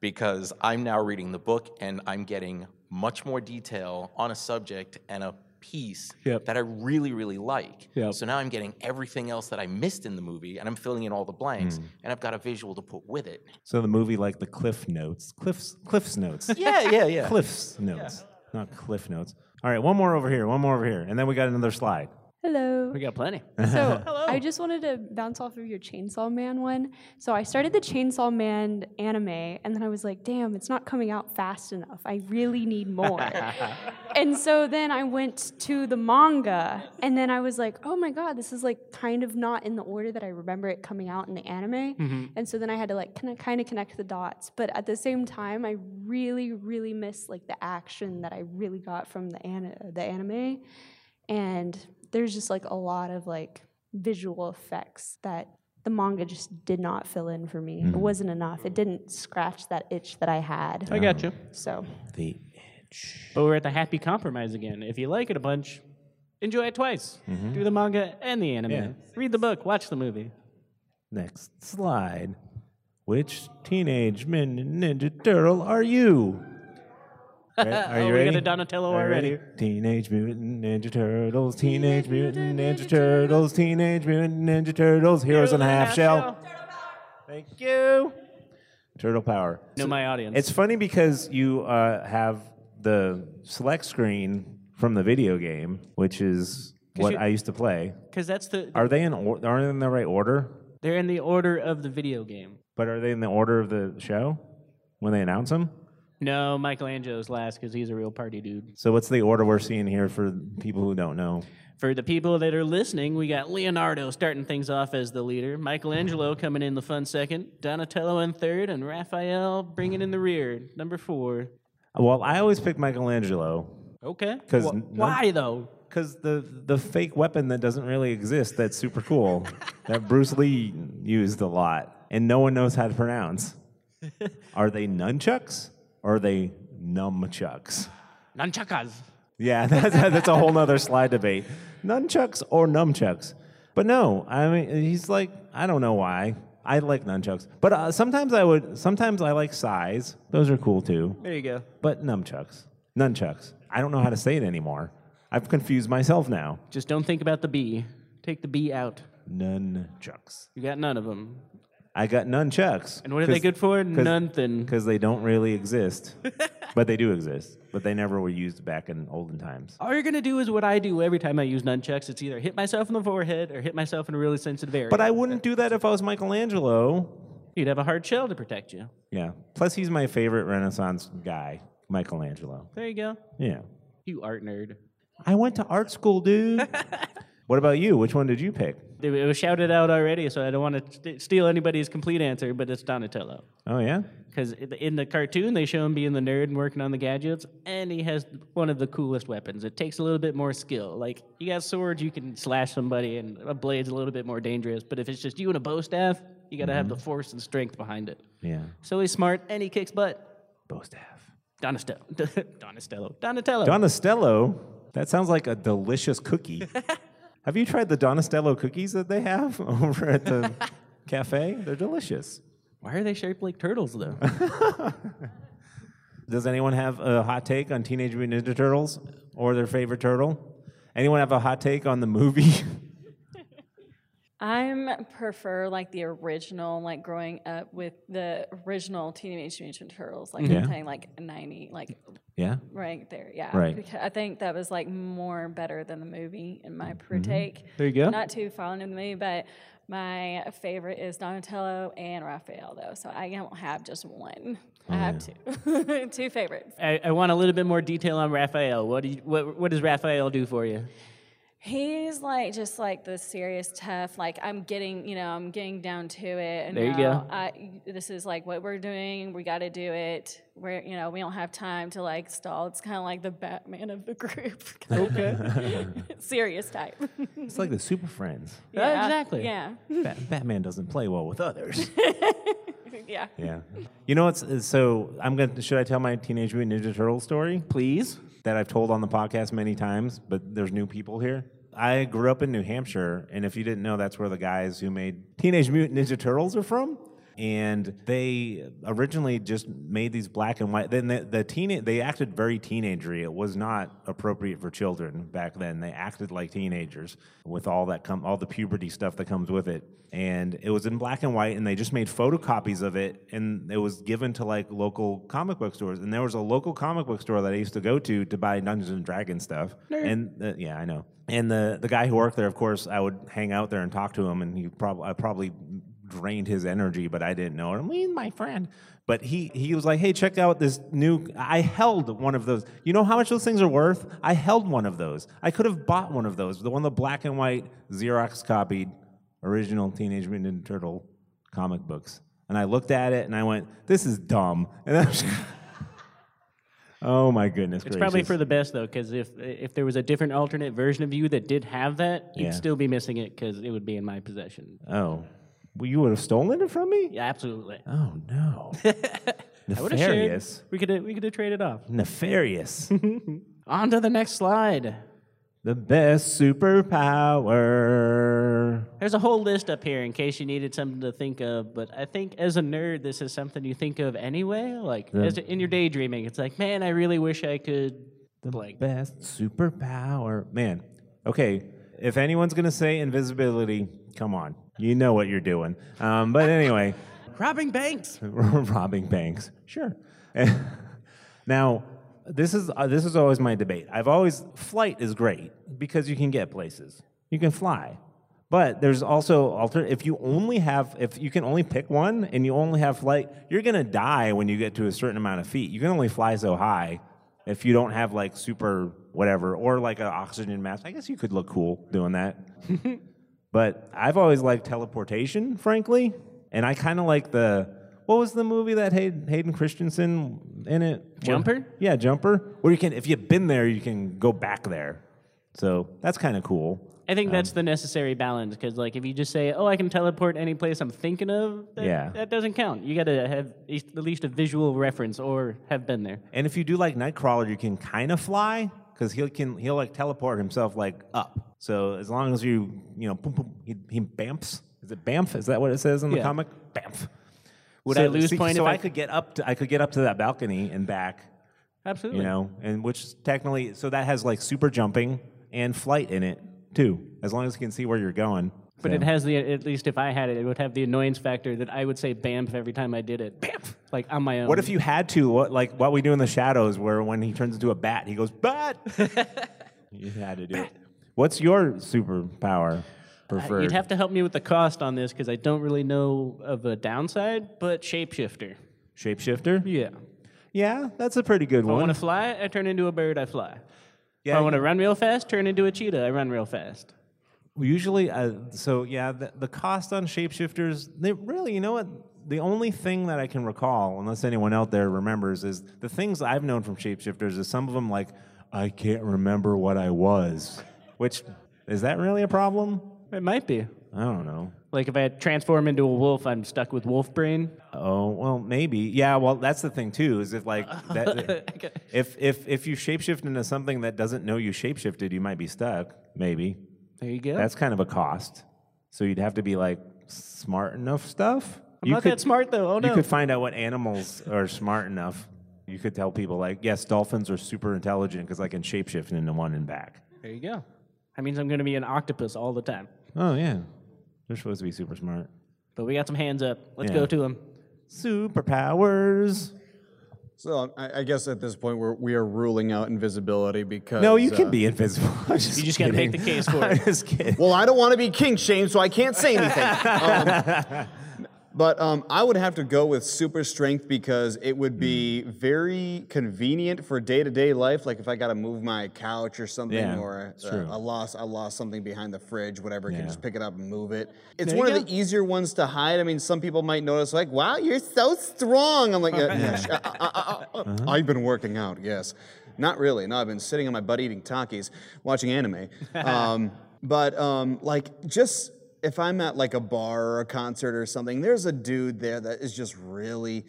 Speaker 8: because I'm now reading the book and I'm getting much more detail on a subject and a piece that I really, really like.
Speaker 11: Yep.
Speaker 8: So now I'm getting everything else that I missed in the movie and I'm filling in all the blanks
Speaker 3: Mm.
Speaker 8: and I've got a visual to put with
Speaker 3: [LAUGHS]
Speaker 8: it.
Speaker 3: So the movie, like the Cliff Notes, Cliff's Cliff's Notes.
Speaker 8: [LAUGHS] Yeah, yeah, yeah.
Speaker 3: Cliff's Notes, not Cliff Notes. All right, one more over here, one more over here, and then we got another slide. [LAUGHS]
Speaker 14: Hello.
Speaker 4: We got plenty.
Speaker 14: So I just wanted to bounce off of your Chainsaw Man one. So I started the Chainsaw Man anime, and then I was like, damn, it's not coming out fast enough. I really need
Speaker 10: [LAUGHS]
Speaker 14: [LAUGHS] more. and so then I went to the manga, and then I was like, oh my god, this is like kind of not in the order that I remember it coming out in the anime.
Speaker 10: Mm-hmm.
Speaker 15: Mhm.
Speaker 4: Mm-hmm.
Speaker 14: And so then I had to like kind of connect the dots. But at the same time, I really, really miss like the action that I really got from the an- the anime, and there's just like a lot of like visual effects that the manga just did not fill in for me. It
Speaker 3: Mhm.
Speaker 14: wasn't enough. It didn't scratch that itch that I had.
Speaker 4: Mm-hmm. I got you.
Speaker 14: So
Speaker 3: The
Speaker 4: But we're at the happy compromise again. If you like it a bunch, enjoy it twice.
Speaker 3: Mhm.
Speaker 4: Do the manga and the anime.
Speaker 3: Yeah.
Speaker 4: Read the book, watch the movie.
Speaker 3: [LAUGHS] Next slide. Which teenage Mutant Ninja Turtle are
Speaker 4: [LAUGHS]
Speaker 3: you? Re- Are you
Speaker 4: Oh, we got
Speaker 3: ready?
Speaker 4: a Donatello
Speaker 3: Are you ready? Teenage Mutant Ninja Turtles, Teenage Mutant Ninja Turtles, Teenage Mutant Ninja Turtles, Heroes in a Half Shell. Thank you. Turtle Power.
Speaker 4: Know my audience.
Speaker 3: It's funny because you uh, have the select screen from the video game, which is
Speaker 4: 'Cause
Speaker 3: what
Speaker 4: you-
Speaker 3: I used to play.
Speaker 4: Because that's the
Speaker 3: Are they in or- are they in the right order?
Speaker 4: they're in the order of the video game.
Speaker 3: But are they in the order of the show when they announce them?
Speaker 4: No, Michelangelo's last because he's a real party dude.
Speaker 3: So what's the order we're seeing here for people who don't know?
Speaker 4: For the people that are listening, we got Leonardo starting things off as the leader, Michelangelo
Speaker 3: Mm-hmm.
Speaker 4: coming in the fun second, Donatello in third, and Raphael bringing in the rear, number four.
Speaker 3: Well, I always pick Michelangelo
Speaker 4: Okay.
Speaker 3: 'Cause
Speaker 4: Wh-
Speaker 3: n-
Speaker 4: why though?
Speaker 3: because the the fake weapon that doesn't really exist that's super
Speaker 4: [LAUGHS]
Speaker 3: cool that Bruce Lee used a lot and no one knows how to
Speaker 4: [LAUGHS]
Speaker 3: pronounce. Are they nunchucks or are they numchucks?
Speaker 4: Nunchakas.
Speaker 3: Yeah, [LAUGHS] that's that's a whole nother slide debate. Nunchucks or numchucks? But no, I mean he's like I don't know why I like nunchucks, but uh, sometimes I would sometimes I like size. Those are cool too.
Speaker 4: There you go.
Speaker 3: But numchucks, nunchucks. I don't know how to say it anymore. I've confused myself now.
Speaker 4: Just don't think about the B. Take the B out.
Speaker 3: Nunchucks.
Speaker 4: You got none of them.
Speaker 3: I got nunchucks.
Speaker 4: And what are they good for? Nothing.
Speaker 3: Because they don't really
Speaker 4: [LAUGHS]
Speaker 3: exist, but they do exist. But they never were used back in olden times.
Speaker 4: All you're gonna do is what I do every time I use nunchucks. It's either hit myself in the forehead or hit myself in a really sensitive area.
Speaker 3: But I wouldn't do that if I was Michelangelo.
Speaker 4: You'd have a hard shell to protect you.
Speaker 3: Yeah. Plus, he's my favorite Renaissance guy, Michelangelo.
Speaker 4: There you go.
Speaker 3: Yeah.
Speaker 4: You art nerd.
Speaker 3: I went to art
Speaker 4: [LAUGHS]
Speaker 3: school, dude. what about you? Which one did you pick?
Speaker 4: It was shouted out already, so I don't want to st- steal anybody's complete answer, but it's Donatello.
Speaker 3: Oh yeah.
Speaker 4: Because in the cartoon, they show him being the nerd and working on the gadgets, and he has one of the coolest weapons. It takes a little bit more skill. Like, you got swords, you can slash somebody, and a blade's a little bit more dangerous, but if it's just you and a bow staff, you got to have the force and strength behind it.
Speaker 3: Mm-hmm. Yeah.
Speaker 4: So he's smart, and he kicks butt.
Speaker 3: Bow staff.
Speaker 4: Donatello. [LAUGHS] Donatello. Donatello.
Speaker 3: Donatello. That sounds like a delicious cookie. [LAUGHS] have you tried the Donatello cookies that they have [LAUGHS] over at the cafe? They're delicious.
Speaker 4: Why are they shaped like turtles, though?
Speaker 3: [LAUGHS] Does anyone have a hot take on Teenage Mutant Ninja Turtles or their favorite turtle? Anyone have a hot take on the movie? [LAUGHS]
Speaker 10: I'm prefer like the original, like growing up with the original Teenage Mutant Turtles, like
Speaker 3: Yeah.
Speaker 10: I'm saying, like ninety, like
Speaker 3: yeah.
Speaker 10: right there, yeah.
Speaker 3: Right.
Speaker 10: Because I think that was like more better than the movie in my per take.
Speaker 4: There you go.
Speaker 10: Not too fond of the movie, but my favorite is Donatello and Raphael though, so I don't have just one. I
Speaker 3: oh,
Speaker 10: have two, [LAUGHS] two favorites.
Speaker 4: I, I want a little bit more detail on Raphael. What, do you, what, what does Raphael do for you?
Speaker 10: He's like just like the serious tough. Like I'm getting, you know, I'm getting down to it. And
Speaker 4: There you
Speaker 10: now
Speaker 4: go.
Speaker 10: I, this is like what we're doing. We got to do it. We're, you know, we don't have time to like stall. It's kind of like the Batman of the group. [LAUGHS] serious type.
Speaker 3: it's
Speaker 10: [LAUGHS]
Speaker 3: like the Super Friends.
Speaker 10: Yeah,
Speaker 4: exactly.
Speaker 10: Yeah.
Speaker 3: Ba- Batman doesn't play well with others.
Speaker 10: yeah.
Speaker 3: Yeah. You know what's uh, so I'm gonna should I tell my Teenage Mutant Ninja Turtle story?
Speaker 4: Please.
Speaker 3: That I've told on the podcast many times, but there's new people here. I grew up in New Hampshire, and if you didn't know, that's where the guys who made Teenage Mutant Ninja Turtles are from. And they originally just made these black and white. Then the, the teen, they acted very teenagery. It was not appropriate for children back then. They acted like teenagers with all that come, all the puberty stuff that comes with it. And it was in black and white, and they just made photocopies of it, and it was given to like local comic book stores. And there was a local comic book store that I used to go to to buy Dungeons and Dragons stuff. And uh, yeah, I know. And the the guy who worked there, of course, I would hang out there and talk to him, and he probably I probably drained his energy, but I didn't know it. I'm like, "He's my friend. But he he was like, hey, check out this new. I held one of those. You know how much those things are worth? I held one of those. I could have bought one of those. The one the black and white Xerox copied original Teenage Mutant Ninja Turtle comic books. And I looked at it and I went, this is dumb. [LAUGHS] And I was, oh my goodness
Speaker 4: It's probably
Speaker 3: gracious.
Speaker 4: for the best though, because if if there was a different alternate version of you that did have that,
Speaker 3: Yeah.
Speaker 4: you'd still be missing it because it would be in my possession.
Speaker 3: Oh, well, you would have stolen it from me?
Speaker 4: Yeah, absolutely.
Speaker 3: Oh no,
Speaker 4: [LAUGHS] I would've shared.
Speaker 3: nefarious,
Speaker 4: We could we could have traded off.
Speaker 3: nefarious.
Speaker 4: [LAUGHS] On to the next slide.
Speaker 3: the best superpower.
Speaker 4: There's a whole list up here in case you needed something to think of, but I think as a nerd, this is something you think of anyway. Like
Speaker 3: Yeah.
Speaker 4: as in your daydreaming, it's like, man, I really wish I could blank.
Speaker 3: Best superpower, man. Okay, if anyone's gonna say invisibility, come on, you know what you're doing. Um, but anyway,
Speaker 4: Robbing banks.
Speaker 3: [LAUGHS] robbing banks, sure. [LAUGHS] now, this is uh, this is always my debate. I've always flight is great because you can get places, you can fly. But there's also alter. If you only have, if you can only pick one, and you only have flight, you're gonna die when you get to a certain amount of feet. You can only fly so high if you don't have like super whatever or like an oxygen mask. I guess you could look cool doing that.
Speaker 4: [LAUGHS]
Speaker 3: But I've always liked teleportation, frankly. And I kind of like the what was the movie that Hayden, Hayden Christensen in it? Where-
Speaker 4: Jumper?
Speaker 3: yeah, Jumper. Where you can, if you've been there, you can go back there. So that's kind of cool.
Speaker 4: I think
Speaker 3: um
Speaker 4: that's the necessary balance because, like, if you just say, "Oh, I can teleport any place I'm thinking of," that,
Speaker 3: Yeah.
Speaker 4: that doesn't count. You got to have eas- at least a visual reference or have been there.
Speaker 3: And if you do like Nightcrawler, you can kind of fly because he'll can he'll like teleport himself like up. So as long as you you know boom, boom, he, he bamfs. Is it bamf? Is that what it says in the
Speaker 4: Yeah.
Speaker 3: comic? Bamf.
Speaker 4: Would
Speaker 3: So-
Speaker 4: I lose
Speaker 3: see,
Speaker 4: point
Speaker 3: So
Speaker 4: if
Speaker 3: I,
Speaker 4: I-
Speaker 3: could get up. To, I could get up to that balcony and back.
Speaker 4: Absolutely.
Speaker 3: You know, and which technically, so that has like super jumping and flight in it too. As long as you can see where you're going,
Speaker 4: But it has the at least if I had it, it would have the annoyance factor that I would say "bamf" every time I did it. Bamf, like on my own.
Speaker 3: What if you had to? What like what we do in the shadows, where when he turns into a bat, he
Speaker 4: [LAUGHS]
Speaker 3: goes bat. you had to do it. What's your superpower preferred?
Speaker 4: Uh, You'd have to help me with the cost on this because I don't really know of a downside. But shapeshifter.
Speaker 3: Shapeshifter.
Speaker 4: Yeah.
Speaker 3: Yeah, that's a pretty good
Speaker 4: If I
Speaker 3: one.
Speaker 4: want to fly, I turn into a bird. I fly.
Speaker 3: Yeah,
Speaker 4: if I want to
Speaker 3: you-
Speaker 4: run real fast, turn into a cheetah. I run real fast.
Speaker 3: Usually, uh, so yeah, the, the cost on shapeshifters, they really, you know what? The only thing that I can recall, unless anyone out there remembers, is the things I've known from shapeshifters is some of them like, I can't remember what I was. Which, is that really a problem?
Speaker 4: It might be.
Speaker 3: I don't know.
Speaker 4: Like if I transform into a wolf, I'm stuck with wolf brain.
Speaker 3: Oh, well, maybe. Yeah, well, that's the thing too, is
Speaker 4: [LAUGHS]
Speaker 3: if like, that, if, if, if you shapeshift into something that doesn't know you shapeshifted, you might be stuck, maybe.
Speaker 4: There you go.
Speaker 3: That's kind of a cost. So you'd have to be like smart enough stuff.
Speaker 4: I'm not that smart, though. Oh,
Speaker 3: You
Speaker 4: no.
Speaker 3: could find out what animals are smart enough. You could tell people like, yes, dolphins are super intelligent because I can shapeshift into one and back.
Speaker 4: There you go. That means I'm going to be an octopus all the time.
Speaker 3: Oh yeah, they're supposed to be super smart.
Speaker 4: But we got some hands up. Let's
Speaker 3: Yeah.
Speaker 4: go to him.
Speaker 3: Superpowers.
Speaker 1: So um, I, I guess at this point we're we are ruling out invisibility because
Speaker 3: No, you
Speaker 1: uh,
Speaker 3: can be invisible. [LAUGHS] I'm just
Speaker 1: You just gotta make
Speaker 3: kidding.
Speaker 1: the case for
Speaker 3: [LAUGHS] I'm [LAUGHS]
Speaker 1: it.
Speaker 3: just kidding.
Speaker 1: Well, I don't want to be king shamed, so I can't say anything.
Speaker 3: [LAUGHS]
Speaker 1: Um, [LAUGHS] but um, I would have to go with super strength because it would be
Speaker 3: Hmm.
Speaker 1: very convenient for day to day life. Like if I got to move my couch or something,
Speaker 3: Yeah,
Speaker 1: or
Speaker 3: it's
Speaker 1: uh,
Speaker 3: true.
Speaker 1: I lost I lost something behind the fridge, whatever, I
Speaker 3: Yeah.
Speaker 1: can just pick it up and move it. It's
Speaker 3: There
Speaker 1: one
Speaker 3: you
Speaker 1: of the easier ones to hide. I mean, some people might notice, like, "Wow, you're so
Speaker 3: [LAUGHS]
Speaker 1: strong." I'm like, yeah, yeah, sh- I- I- I- I-
Speaker 3: Uh-huh.
Speaker 1: "I've been working out." Yes, not really. No, I've been sitting on my butt eating Takis, watching
Speaker 3: [LAUGHS]
Speaker 1: anime. Um, but um, like, just if I'm at like a bar or a concert or something, there's a dude there that is just really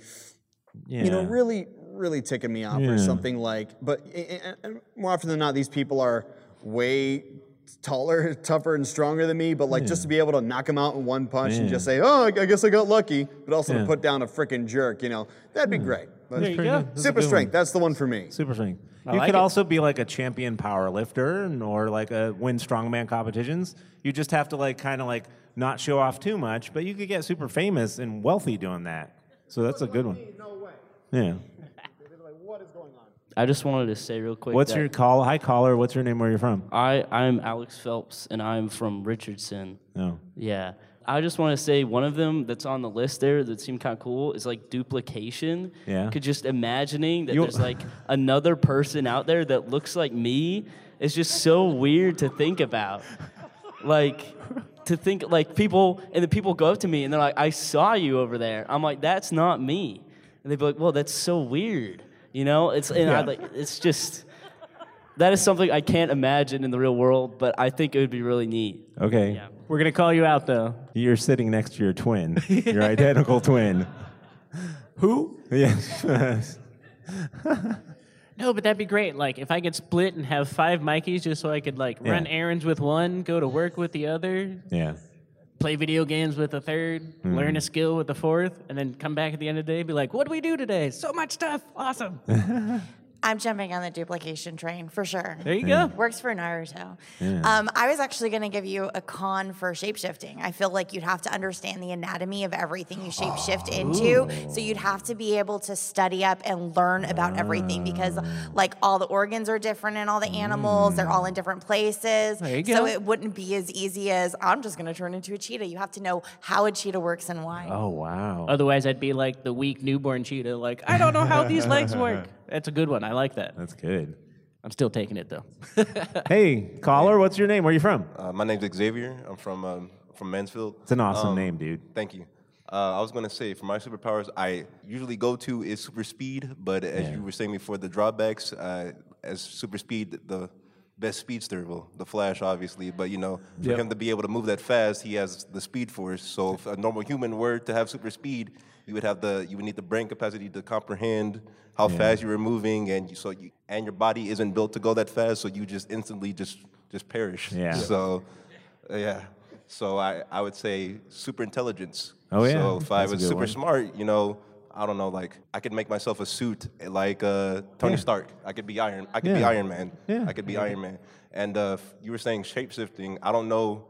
Speaker 1: you know,
Speaker 3: Yeah.
Speaker 1: really, really ticking me off
Speaker 3: Yeah.
Speaker 1: or something like. But a- a- and more often than not, these people are way taller, [LAUGHS] tougher, and stronger than me. But like, just to be able to knock them out in one punch and
Speaker 3: Yeah.
Speaker 1: just say, "Oh, I I guess I got lucky," but also
Speaker 3: Yeah.
Speaker 1: to put down a freaking jerk, you know, that'd be great. That's
Speaker 3: There you pretty go. good. That's a
Speaker 1: Super
Speaker 3: good one.
Speaker 1: strength. That's the one for me.
Speaker 3: Super strength.
Speaker 1: I
Speaker 3: you
Speaker 1: like
Speaker 3: could
Speaker 1: it.
Speaker 3: also be like a champion power lifter and- or like a win strongman competitions. You just have to like kind of like not show off too much, but you could get super famous and wealthy doing that. So that's a good one.
Speaker 1: No way.
Speaker 3: Yeah.
Speaker 1: What is going on?
Speaker 15: I just wanted to say real quick.
Speaker 3: What's
Speaker 15: that
Speaker 3: your call? Hi caller. What's your name? Where you from?
Speaker 15: I I'm Alex Phelps and I'm from Richardson.
Speaker 3: No.
Speaker 15: Yeah. I just want to say one of them that's on the list there that seemed kind of cool is like duplication.
Speaker 3: Yeah.
Speaker 15: Could just imagining that
Speaker 3: You-
Speaker 15: there's like another person out there that looks like me is just so weird to think about. Like to think like people and the people go up to me and they're like, I saw you over there. I'm like, that's not me. And they'd be like, Well, that's so weird. You know? It's and I
Speaker 11: Yeah.
Speaker 15: like it's just that is something I can't imagine in the real world, but I think it would be really neat.
Speaker 3: Okay.
Speaker 4: We're gonna call you out though.
Speaker 3: You're sitting next to your twin,
Speaker 15: [LAUGHS]
Speaker 3: your identical twin. Who?
Speaker 15: [LAUGHS]
Speaker 3: Yes.
Speaker 4: No, but that'd be great. Like if I could split and have five Mikeys just so I could like
Speaker 3: Yeah.
Speaker 4: run errands with one, go to work with the other,
Speaker 3: yeah.
Speaker 4: play video games with the 3rd
Speaker 3: Mhm.
Speaker 4: learn a skill with the fourth, and then come back at the end of the day and be like, what do we do today? So much stuff. [LAUGHS] Awesome.
Speaker 6: I'm jumping on the duplication train for sure.
Speaker 4: There you Yeah. go.
Speaker 6: Works for Naruto.
Speaker 4: Yeah.
Speaker 6: Um, I was actually going to give you a con for shapeshifting. I feel like you'd have to understand the anatomy of everything you shapeshift
Speaker 4: Oh.
Speaker 6: into. So you'd have to be able to study up and learn about everything because, like, all the organs are different in all the animals. They're all in different places.
Speaker 4: Mm. There you
Speaker 6: So
Speaker 4: go.
Speaker 6: it wouldn't be as easy as I'm just going to turn into a cheetah. You have to know how a cheetah works and why.
Speaker 3: Oh wow.
Speaker 4: Otherwise, I'd be like the weak newborn cheetah. Like I don't know how these legs
Speaker 3: [LAUGHS]
Speaker 4: work. That's a good one. I like that.
Speaker 3: That's good.
Speaker 4: I'm still taking it though.
Speaker 3: hey, caller, what's your name? Where you from?
Speaker 16: Uh, my name's Xavier. I'm from um, from Mansfield. Um,
Speaker 3: It's an awesome name, dude.
Speaker 16: Thank you. Uh, I was gonna say for my superpowers, I usually go to is super speed, but as you were saying before, the drawbacks uh, as super speed, the best speedster, well, the Flash, obviously. But you know, for
Speaker 17: Yep.
Speaker 16: him to be able to move that fast, he has the speed force. So if a normal human were to have super speed, you would have the you would need the brain capacity to comprehend how
Speaker 17: Yeah.
Speaker 16: fast you were moving, and you, so you, and your body isn't built to go that fast, so you just instantly just just perish.
Speaker 3: Yeah.
Speaker 16: So, uh, yeah. So I, I would say super intelligence.
Speaker 3: Oh, yeah.
Speaker 16: So if I
Speaker 3: That's a
Speaker 16: was
Speaker 3: good
Speaker 16: super
Speaker 3: one.
Speaker 16: smart, you know, I don't know, like I could make myself a suit like uh, Tony Stark. I could be Iron. I could be
Speaker 3: Yeah.
Speaker 16: Iron Man.
Speaker 3: Yeah.
Speaker 16: I could be
Speaker 3: Yeah.
Speaker 16: Iron Man. And uh, f- you were saying shapeshifting. I don't know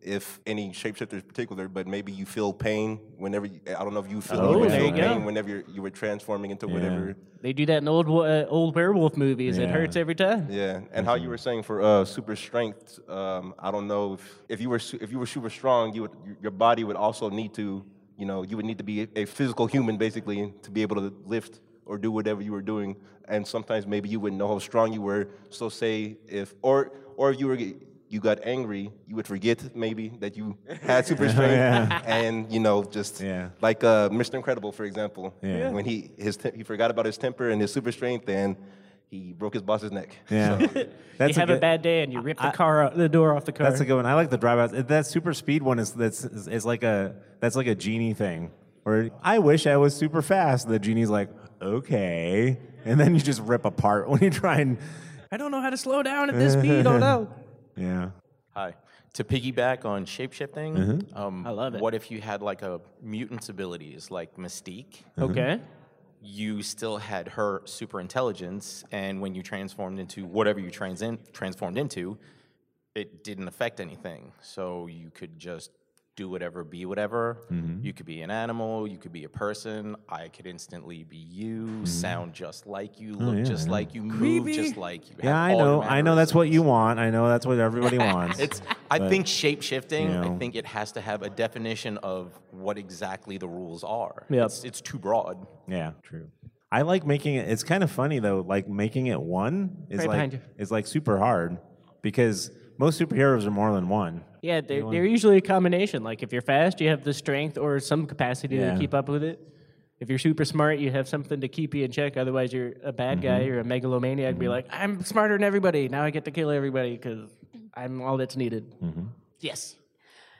Speaker 16: if any shapeshifter is particular, but maybe you feel pain whenever you, I don't know if you feel,
Speaker 4: Oh,
Speaker 16: you would
Speaker 4: there
Speaker 16: feel
Speaker 4: you go.
Speaker 16: pain whenever you're, you were transforming into whatever.
Speaker 4: They do that in old wo- uh, old werewolf movies. It
Speaker 16: Yeah.
Speaker 4: hurts every time.
Speaker 16: Yeah, and
Speaker 13: Mm-hmm.
Speaker 16: how you were saying for uh, super strength, um, I don't know if, if you were su- if you were super strong, you would your body would also need to you know you would need to be a physical human basically to be able to lift or do whatever you were doing, and sometimes maybe you wouldn't know how strong you were. So say if or or if you were g- you got angry, you would forget maybe that you had
Speaker 13: [LAUGHS]
Speaker 16: super strength,
Speaker 13: Oh, Yeah.
Speaker 16: and you know just like uh, Mr. Incredible for example,
Speaker 13: Yeah. Yeah.
Speaker 16: when he his te- he forgot about his temper and his super strength and. He broke his boss's neck.
Speaker 15: [LAUGHS]
Speaker 3: Yeah.
Speaker 16: So-
Speaker 3: That's
Speaker 4: you
Speaker 3: a
Speaker 4: have a
Speaker 3: good-
Speaker 4: bad day and you rip the car out, the door off the car.
Speaker 3: That's a good one. I like the drive out. That super speed one is that's is, is like a that's like a genie thing. Where I wish I was super fast. The genie's like, okay, and then you just rip apart when you try and.
Speaker 4: I don't know how to slow down at this speed. Oh [LAUGHS] no.
Speaker 3: Yeah.
Speaker 8: Hi. To piggyback on shapeshifting,
Speaker 3: Mhm.
Speaker 8: um, I love it. What if you had like a mutant's abilities, like Mystique?
Speaker 3: Mm-hmm.
Speaker 4: Mhm. Okay.
Speaker 8: You still had her super intelligence, and when you transformed into whatever you trans- in, transformed into, it didn't affect anything. So you could just do whatever, be whatever.
Speaker 3: Mm-hmm.
Speaker 8: You could be an animal, you could be a person. I could instantly be you, sound just like you,
Speaker 3: Mm-hmm. Oh,
Speaker 8: look
Speaker 3: yeah,
Speaker 8: just
Speaker 3: yeah.
Speaker 8: like you, move just like you. have
Speaker 3: Yeah, I
Speaker 8: all your
Speaker 3: know. I know that's what you want. I know that's
Speaker 15: [LAUGHS]
Speaker 8: [LAUGHS]
Speaker 3: what everybody wants.
Speaker 8: it's. I
Speaker 3: But-
Speaker 8: think shape shifting.
Speaker 3: you know.
Speaker 8: I think it has to have a definition of what exactly the rules are.
Speaker 3: Yep.
Speaker 8: It's, it's too broad.
Speaker 3: Yeah, true. I like making it. It's kind of funny though. Like making it one is
Speaker 4: Right behind
Speaker 3: like
Speaker 4: you.
Speaker 3: is like super hard because most superheroes are more than one.
Speaker 4: Yeah, they're,
Speaker 3: Anyone?
Speaker 4: they're usually a combination. Like if you're fast, you have the strength or some capacity
Speaker 3: Yeah.
Speaker 4: to keep up with it. If you're super smart, you have something to keep you in check. Otherwise, you're a bad guy. You're a megalomaniac. Be like, I'm smarter than everybody. Now I get to kill everybody because I'm all that's needed. Yes.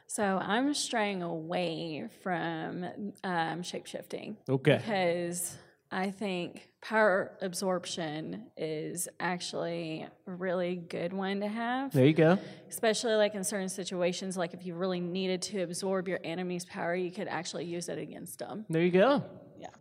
Speaker 10: So I'm straying away from um, shape shifting.
Speaker 4: Okay.
Speaker 10: Because I think power absorption is actually a really good one to have.
Speaker 4: There you go.
Speaker 10: Especially like in certain situations, like if you really needed to absorb your enemy's power, you could actually use it against them.
Speaker 4: There you go.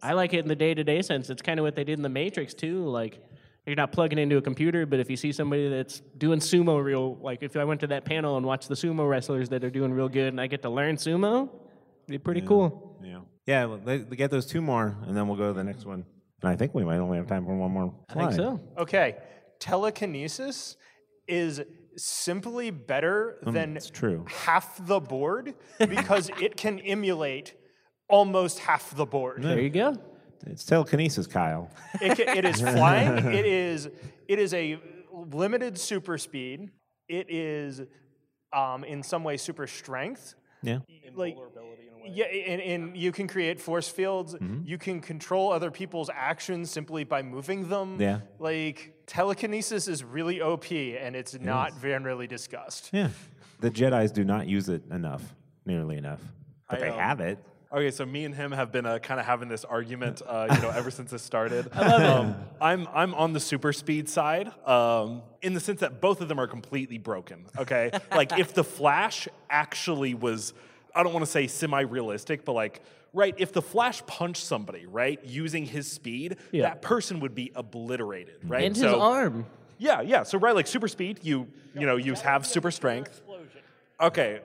Speaker 4: I like it in the day to day sense. It's kind of what they did in The Matrix, too. Like, you're not plugging into a computer, but if you see somebody that's doing sumo real, like if I went to that panel and watched the sumo wrestlers that are doing real good and I get to learn sumo, it'd be pretty cool.
Speaker 3: Yeah. Yeah. well, They, they get those two more, and then we'll go to the next one. And I think we might only have time for one more. slide.
Speaker 9: Okay, telekinesis is simply better
Speaker 3: Um,
Speaker 9: than
Speaker 3: it's true.
Speaker 9: half the board
Speaker 3: [LAUGHS]
Speaker 9: because it can emulate almost half the board.
Speaker 3: There you
Speaker 4: go.
Speaker 3: It's telekinesis, Kyle.
Speaker 9: [LAUGHS] It, ca-
Speaker 3: [LAUGHS]
Speaker 9: it is flying. It is it is a limited super speed. It is um, in some way super strength.
Speaker 3: Yeah.
Speaker 9: Like, yeah, and, and you can create force fields.
Speaker 3: Mm-hmm.
Speaker 9: You can control other people's actions simply by moving them.
Speaker 3: Yeah.
Speaker 9: Like telekinesis is really OP, and it's not
Speaker 3: is.
Speaker 9: generally discussed.
Speaker 3: Yeah. The Jedi's do not use it enough, nearly enough, but
Speaker 13: I,
Speaker 3: they
Speaker 13: um,
Speaker 3: have it.
Speaker 13: Okay, so me and him have been uh, kind of having this argument, uh, you know, ever since this
Speaker 4: [LAUGHS]
Speaker 13: started. um, I'm I'm on the super speed side, um, in the sense that both of them are completely broken.
Speaker 4: [LAUGHS]
Speaker 13: Okay, like if the Flash actually was, I don't want to say semi-realistic, but like. Right, if the Flash punched somebody, right, using his speed,
Speaker 4: Yeah.
Speaker 13: that person would be obliterated, right?
Speaker 4: And his arm.
Speaker 13: Yeah, yeah. So right, like super speed, you you know, you have super strength. Okay.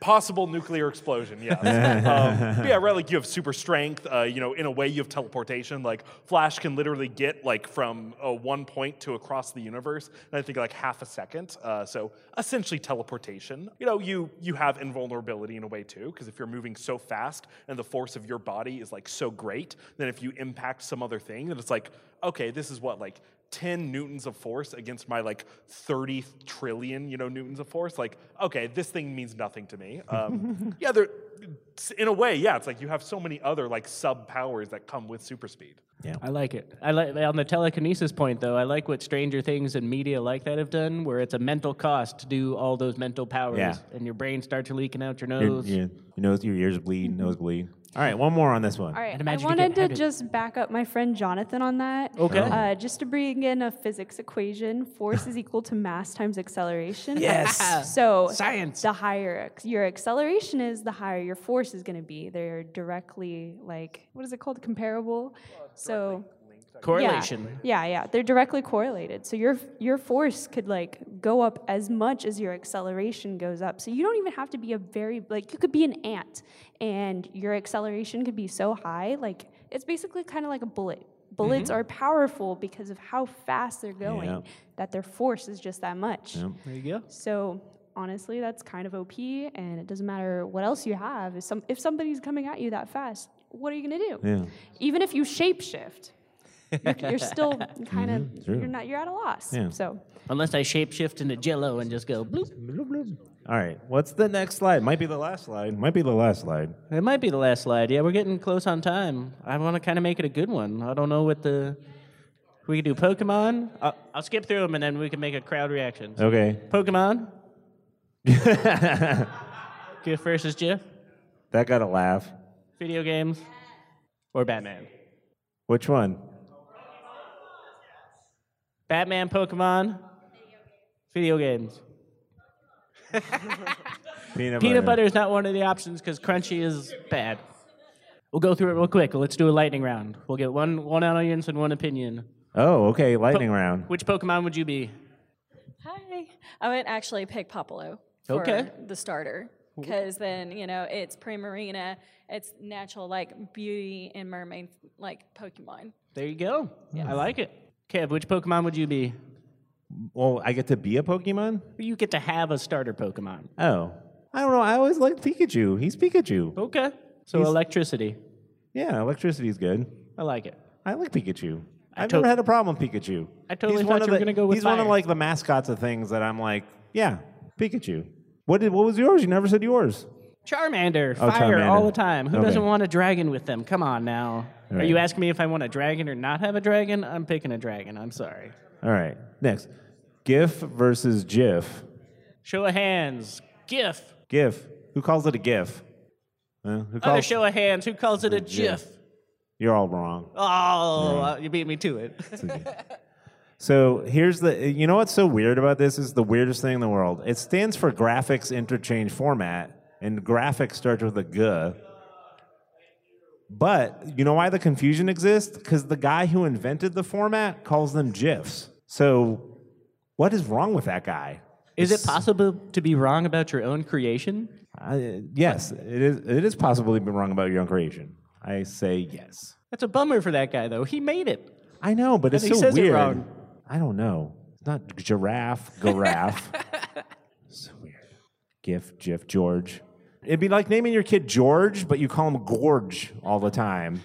Speaker 13: Possible nuclear explosion, yes. um, but yeah, right. Like you have super strength. Uh, you know, in a way, you have teleportation. Like Flash can literally get like from uh, one point to across the universe, and I think like half a second. Uh, so essentially, teleportation. You know, you you have invulnerability in a way too, because if you're moving so fast and the force of your body is like so great, then if you impact some other thing, then it's like, okay, this is what like 10 newtons of force against my like 30 trillion you know newtons of force like okay this thing means nothing to me um, yeah there in a way yeah it's like you have so many other like sub powers that come with super speed
Speaker 3: Yeah.
Speaker 4: I like it. I like on the telekinesis point though. I like what Stranger Things and media like that have done, where it's a mental cost to do all those mental powers,
Speaker 3: Yeah.
Speaker 4: and your brain starts leaking out your
Speaker 3: Your,
Speaker 4: nose.
Speaker 3: your, your nose, your ears bleed, nose bleed. All right, one more on this one.
Speaker 14: Mm-hmm. All right, I
Speaker 4: imagine you get
Speaker 14: wanted to
Speaker 4: headed-
Speaker 14: just back up my friend Jonathan on that.
Speaker 3: Okay. Oh.
Speaker 14: Uh, just to bring in a physics equation, force is equal to mass times acceleration.
Speaker 4: Yes.
Speaker 14: So
Speaker 4: Science.
Speaker 14: The higher ac- your acceleration is, the higher your force is going to be. They're directly like what is it called? Comparable. so
Speaker 4: Correlation.
Speaker 14: Yeah, yeah, yeah. They're directly correlated. So your your force could like go up as much as your acceleration goes up. So you don't even have to be a very like you could be an ant and your acceleration could be so high like it's basically kind of like a bullet. Bullets
Speaker 10: Mhm.
Speaker 4: Mm-hmm.
Speaker 14: are powerful because of how fast they're going
Speaker 10: Yeah.
Speaker 14: that their force is just that much.
Speaker 4: There you go.
Speaker 14: So honestly, that's kind of OP, and it doesn't matter what else you have. If, some, if somebody's coming at you that fast, what are you gonna do?
Speaker 3: Yeah.
Speaker 14: Even if you shapeshift, you're, you're still
Speaker 4: [LAUGHS]
Speaker 14: kind of
Speaker 4: Mhm, true.
Speaker 14: you're not you're at a loss.
Speaker 3: Yeah.
Speaker 14: So
Speaker 4: Unless I shapeshift into Jello and just go bloop bloop bloop.
Speaker 3: All right. What's the next slide? Might be the last slide. Might be the last slide.
Speaker 4: It might be the last slide. Yeah, we're getting close on time. I want to kind of make it a good one. I don't know what the we could do. Pokemon. I'll, I'll skip through them and then we can make a crowd reaction.
Speaker 3: Uh, Okay. [LAUGHS]
Speaker 4: Pokemon. Giff versus Jiff.
Speaker 3: That got a laugh.
Speaker 4: Video games. Or Batman.
Speaker 9: [LAUGHS]
Speaker 3: Which one?
Speaker 4: Batman, Pokemon. Video games.
Speaker 3: Peanut,
Speaker 4: Peanut butter is not one of the options because crunchy is bad. We'll go through it real quick. Let's do a lightning round. We'll get one one audience and one opinion.
Speaker 3: Oh, okay. Lightning round.
Speaker 4: Which Pokemon would you be?
Speaker 10: Hi. I would actually pick Popolo for
Speaker 4: Okay.
Speaker 10: the starter because then you know it's pre-marina, it's natural like beauty and mermaid like Pokemon.
Speaker 4: There you go. I like it. Kev, which Pokemon would you be?
Speaker 3: Well, I get to be a Pokemon?
Speaker 4: You get to have a starter Pokemon.
Speaker 3: Oh. I don't know. I always liked Pikachu. He's Pikachu.
Speaker 4: Okay. Oh, So
Speaker 3: He's-
Speaker 4: electricity.
Speaker 3: Yeah, electricity's good.
Speaker 4: I like it.
Speaker 3: I like Pikachu.
Speaker 4: I
Speaker 3: I've
Speaker 4: to-
Speaker 3: never had a problem with Pikachu.
Speaker 4: I totally
Speaker 3: he's
Speaker 4: thought
Speaker 3: one
Speaker 4: you
Speaker 3: of
Speaker 4: were
Speaker 3: the-
Speaker 4: gonna go with
Speaker 3: He's one of
Speaker 4: fire.
Speaker 3: like the mascots of things that I'm like, yeah, Pikachu. What did what was yours? You never said yours.
Speaker 4: Charmander,
Speaker 3: Oh,
Speaker 4: fire all
Speaker 3: Charmander.
Speaker 4: the time. Who
Speaker 3: Okay.
Speaker 4: doesn't want a dragon with them? Come on now. Are
Speaker 3: Right.
Speaker 4: you asking me if I want a dragon or not have a dragon? I'm picking a dragon. I'm sorry.
Speaker 3: All right. Next. GIF versus GIF.
Speaker 4: Show of hands. GIF.
Speaker 3: GIF. Who calls it a GIF? Huh? who
Speaker 4: Other
Speaker 3: calls
Speaker 4: show of hands. Who calls it a GIF?
Speaker 3: You're all wrong.
Speaker 4: Oh,
Speaker 3: Yeah.
Speaker 4: uh, you beat me to it.
Speaker 3: So here's the you know what's so weird about this is the weirdest thing in the world. It stands for graphics interchange format, and graphics starts with a G. But you know why the confusion exists? Because the guy who invented the format calls them GIFs. So what is wrong with that guy?
Speaker 4: [LAUGHS] Is it possible to be wrong about your own creation?
Speaker 3: I, yes, it is. It is possibly been wrong about your own creation. I say yes.
Speaker 4: That's a bummer for that guy, though. He made it.
Speaker 3: I know, but
Speaker 4: And
Speaker 3: it's
Speaker 4: he
Speaker 3: so
Speaker 4: says it
Speaker 3: weird.
Speaker 4: wrong.
Speaker 3: I don't know. It's not giraffe,
Speaker 4: [LAUGHS]
Speaker 3: giraffe. so weird. GIF, GIF, George. It'd be like naming your kid George, but you call him Gorge all the time.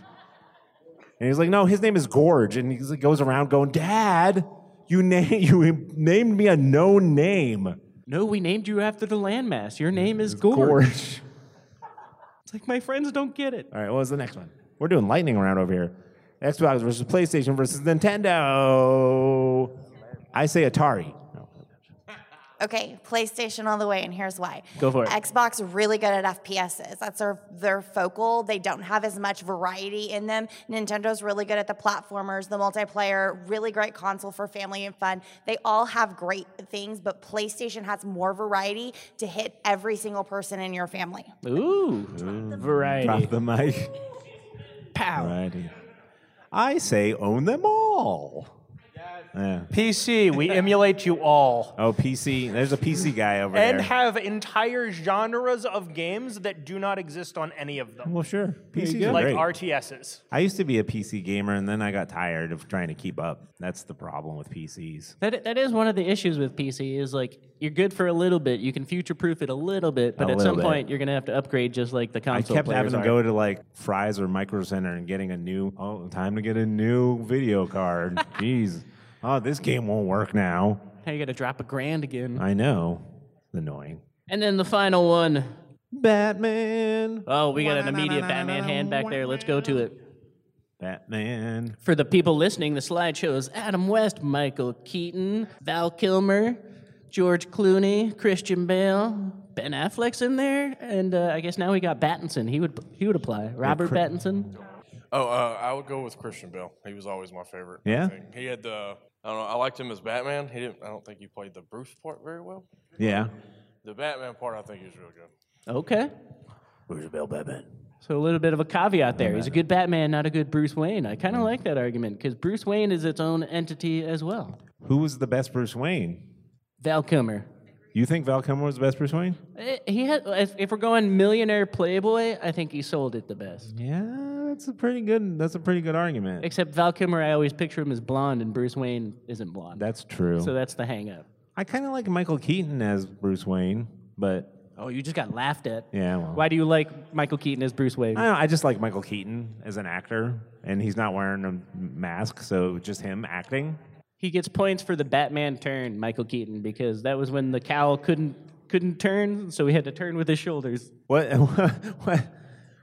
Speaker 3: And he's like, no, his name is Gorge, and he goes around going, Dad, you name [LAUGHS] you named me a known name.
Speaker 4: No, we named you after the landmass. Your name is Gorge. [LAUGHS]
Speaker 3: Gorge.
Speaker 4: It's like my friends don't get it.
Speaker 3: All right, what was the next one? We're doing lightning round over here. Xbox versus PlayStation versus Nintendo. I say Atari.
Speaker 6: Okay, PlayStation all the way, and here's why.
Speaker 3: Go for it.
Speaker 6: Xbox really good at FPSs. That's their their focal. They don't have as much variety in them. Nintendo's really good at the platformers, the multiplayer, really great console for family and fun. They all have great things, but PlayStation has more variety to hit every single person in your family.
Speaker 4: Ooh, variety.
Speaker 3: Drop the mic.
Speaker 4: Pow.
Speaker 3: Variety. I say own them all. Yeah.
Speaker 9: PC, we emulate you all.
Speaker 3: Oh, PC. There's a PC guy over
Speaker 9: And
Speaker 3: there.
Speaker 9: have entire genres of games that do not exist on any of them.
Speaker 3: well, sure. PCs are
Speaker 9: like
Speaker 3: great.
Speaker 9: RTSs.
Speaker 3: I used to be a PC gamer, and then I got tired of trying to keep up. That's the problem with PCs.
Speaker 4: That that is one of the issues with PC is like you're good for a little bit, you can future proof it a little bit, but
Speaker 3: A
Speaker 4: at
Speaker 3: little
Speaker 4: some
Speaker 3: bit.
Speaker 4: point you're gonna have to upgrade just like the
Speaker 3: I
Speaker 4: console.
Speaker 3: kept having
Speaker 4: players
Speaker 3: to
Speaker 4: are.
Speaker 3: go to like Fry's or Micro Center and getting a new. Oh, time to get a new
Speaker 9: [LAUGHS]
Speaker 3: video card. Jeez. Oh, this game won't work now.
Speaker 4: Now you gotta drop a grand again.
Speaker 3: I know. Annoying.
Speaker 4: And then the final one.
Speaker 3: Batman.
Speaker 4: Oh, we got an immediate Batman hand back there. Let's go to it.
Speaker 3: Batman.
Speaker 4: For the people listening, the slide shows Adam West, Michael Keaton, Val Kilmer, George Clooney, Christian Bale, Ben Affleck's in there, and uh, I guess now we got Battinson. He would he would apply. Robert
Speaker 17: Chris-
Speaker 4: Pattinson.
Speaker 17: Oh, uh, I would go with Christian Bale. He was always my favorite. I
Speaker 3: Yeah?
Speaker 17: think. He had the. I don't know. I liked him as Batman. He didn't. I don't think he played the Bruce part very well.
Speaker 3: Yeah.
Speaker 17: The Batman part, I think, is really good.
Speaker 4: Okay.
Speaker 3: Where's Bell Batman?
Speaker 4: So a little bit of a caveat there. He's a good Batman, not a good Bruce Wayne. I kind of like that argument because Bruce Wayne is its own entity as well.
Speaker 3: Who was the best Bruce Wayne?
Speaker 4: Val Kilmer.
Speaker 3: You think Val Kilmer was the best Bruce Wayne?
Speaker 4: Eh, He had, if, if we're going millionaire playboy, I think he sold it the best.
Speaker 3: Yeah, that's a pretty good. That's a pretty good argument.
Speaker 4: Except Val Kilmer, I always picture him as blonde, and Bruce Wayne isn't blonde.
Speaker 3: That's true.
Speaker 4: So that's the hang up.
Speaker 3: I kind of like Michael Keaton as Bruce Wayne, but
Speaker 4: Oh, you just got laughed at.
Speaker 3: yeah, well,
Speaker 4: Why do you like Michael Keaton as Bruce Wayne?
Speaker 3: I, don't know, I just like Michael Keaton as an actor, and he's not wearing a mask, so just him acting.
Speaker 4: He gets points for the Batman turn, Michael Keaton, because that was when the cowl couldn't couldn't turn, so he had to turn with his shoulders.
Speaker 3: What? [LAUGHS] what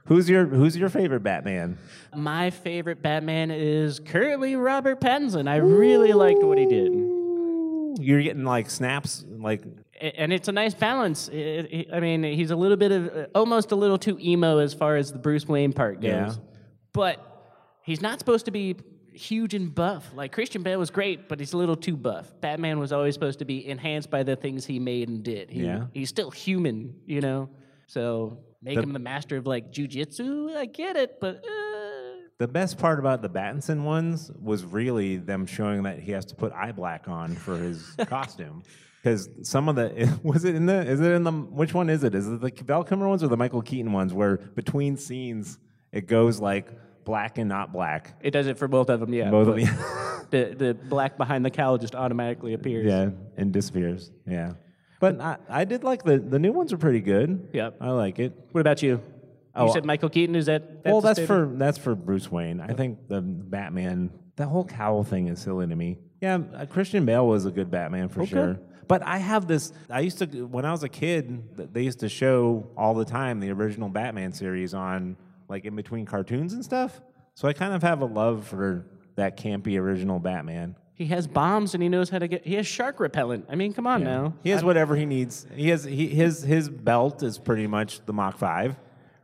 Speaker 3: who's your Who's your favorite Batman?
Speaker 4: My favorite Batman is currently Robert Pattinson. I really liked what he did.
Speaker 3: You're getting like snaps, like
Speaker 4: A- And it's a nice balance. I- I I mean, he's a little bit of uh, almost a little too emo as far as the Bruce Wayne part goes.
Speaker 3: Yeah.
Speaker 4: But he's not supposed to be huge and buff. Like Christian Bale was great, but he's a little too buff. Batman was always supposed to be enhanced by the things he made and did. He,
Speaker 3: Yeah.
Speaker 4: He's still human, you know? So make
Speaker 3: The-
Speaker 4: him the master of like jujitsu. I get it, but uh,
Speaker 3: The best part about the Battinson ones was really them showing that he has to put eye black on for his costume. Because some of the [LAUGHS] was it in the is it in the which one is it is it the Val Kilmer ones or the Michael Keaton ones where between scenes it goes like black and not black.
Speaker 4: it does it for both of them. Yeah.
Speaker 3: Both of
Speaker 4: but
Speaker 3: [LAUGHS]
Speaker 4: the the black behind the cowl just automatically appears.
Speaker 3: Yeah, and disappears. Yeah, but I, I did like the the new ones are pretty good.
Speaker 4: Yep.
Speaker 3: I like it.
Speaker 4: What about you?
Speaker 3: Oh,
Speaker 4: you said Michael Keaton. Is that
Speaker 3: well,
Speaker 4: the
Speaker 3: that's
Speaker 4: statement?
Speaker 3: for that's for Bruce Wayne. I think the Batman, that whole cowl thing is silly to me. Yeah, uh, Christian Bale was a good Batman for
Speaker 18: Okay.
Speaker 3: sure. But I have this. I used to when I was a kid, th- they used to show all the time the original Batman series on like in between cartoons and stuff. So I kind of have a love for that campy original Batman.
Speaker 4: He has bombs and he knows how to get. He has shark repellent. I mean, come on now.
Speaker 3: He has whatever he needs. He has he, his his belt is pretty much the Mach Five.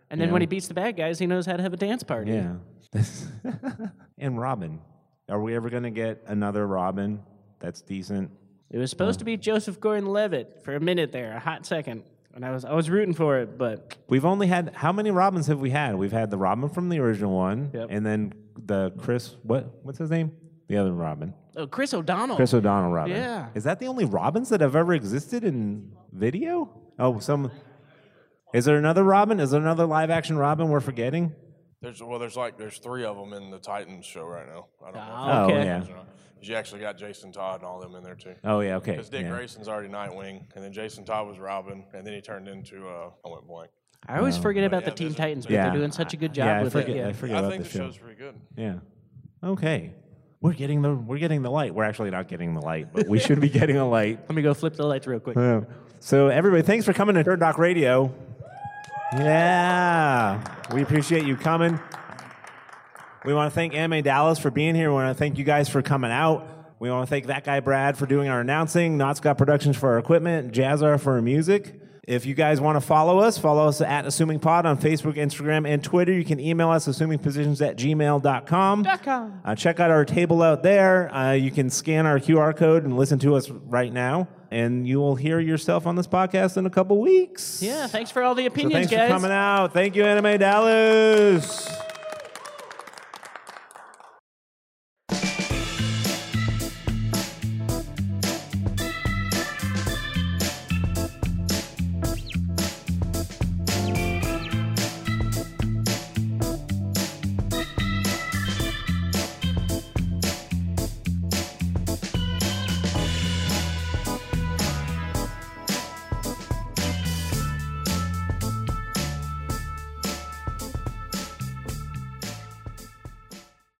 Speaker 4: And then when he beats the bad guys, he knows how to have a dance party.
Speaker 3: Yeah. and Robin, are we ever gonna get another Robin that's decent?
Speaker 4: It was supposed to be Joseph Gordon-Levitt for a minute there, a hot second, and I was I was rooting for it, but
Speaker 3: We've only had how many Robins have we had? We've had the Robin from the original one,
Speaker 4: Yep.
Speaker 3: and then the Chris what what's his name? The other Robin,
Speaker 4: oh, Chris O'Donnell.
Speaker 3: Chris O'Donnell Robin.
Speaker 4: Yeah.
Speaker 3: Is that the only Robins that have ever existed in video? Oh, some. Is there another Robin? Is there another live action Robin we're forgetting?
Speaker 17: There's well, there's like there's three of them in the Titans show right now. I don't
Speaker 3: Ah,
Speaker 17: know.
Speaker 3: okay.
Speaker 17: if you know
Speaker 3: Oh, yeah.
Speaker 17: those or not. 'Cause You actually got Jason Todd and all them in there too.
Speaker 3: Oh, yeah, okay,
Speaker 17: Because Dick
Speaker 3: yeah.
Speaker 17: Grayson's already Nightwing, and then Jason Todd was Robin, and then he turned into uh, I went blank.
Speaker 4: I always
Speaker 3: Wow.
Speaker 4: forget
Speaker 17: But
Speaker 4: about
Speaker 17: yeah,
Speaker 4: the Teen
Speaker 17: there's a-
Speaker 4: Titans, but
Speaker 3: Oh. Yeah,
Speaker 4: they're doing such a good
Speaker 3: I-
Speaker 4: job
Speaker 3: yeah, I
Speaker 4: with
Speaker 3: forget-
Speaker 4: it. Yeah.
Speaker 3: I forget
Speaker 17: I
Speaker 3: about
Speaker 17: think
Speaker 3: the
Speaker 17: the
Speaker 3: show.
Speaker 17: show's pretty good.
Speaker 3: Yeah. Okay. We're getting the we're getting the light. We're actually not getting the light, but we
Speaker 4: [LAUGHS]
Speaker 3: should be getting a light.
Speaker 4: Let me go flip the lights real quick.
Speaker 3: Yeah. So everybody, thanks for coming to Nerd Doc Radio. Yeah, we appreciate you coming. We want to thank Anime Dallas for being here. We want to thank you guys for coming out. We want to thank that guy Brad for doing our announcing, Not Scott Productions for our equipment, Jazzar for our music. If you guys want to follow us, follow us at Assuming Pod on Facebook, Instagram, and Twitter. You can email us assumingpositions at gmail.com. Uh, check out our table out there. Uh, you can scan our QR code and listen to us right now, and you will hear yourself on this podcast in a couple weeks.
Speaker 4: Yeah, thanks for all the
Speaker 3: So
Speaker 4: opinions,
Speaker 3: thanks
Speaker 4: guys.
Speaker 3: for coming out. Thank you, Anime Dallas.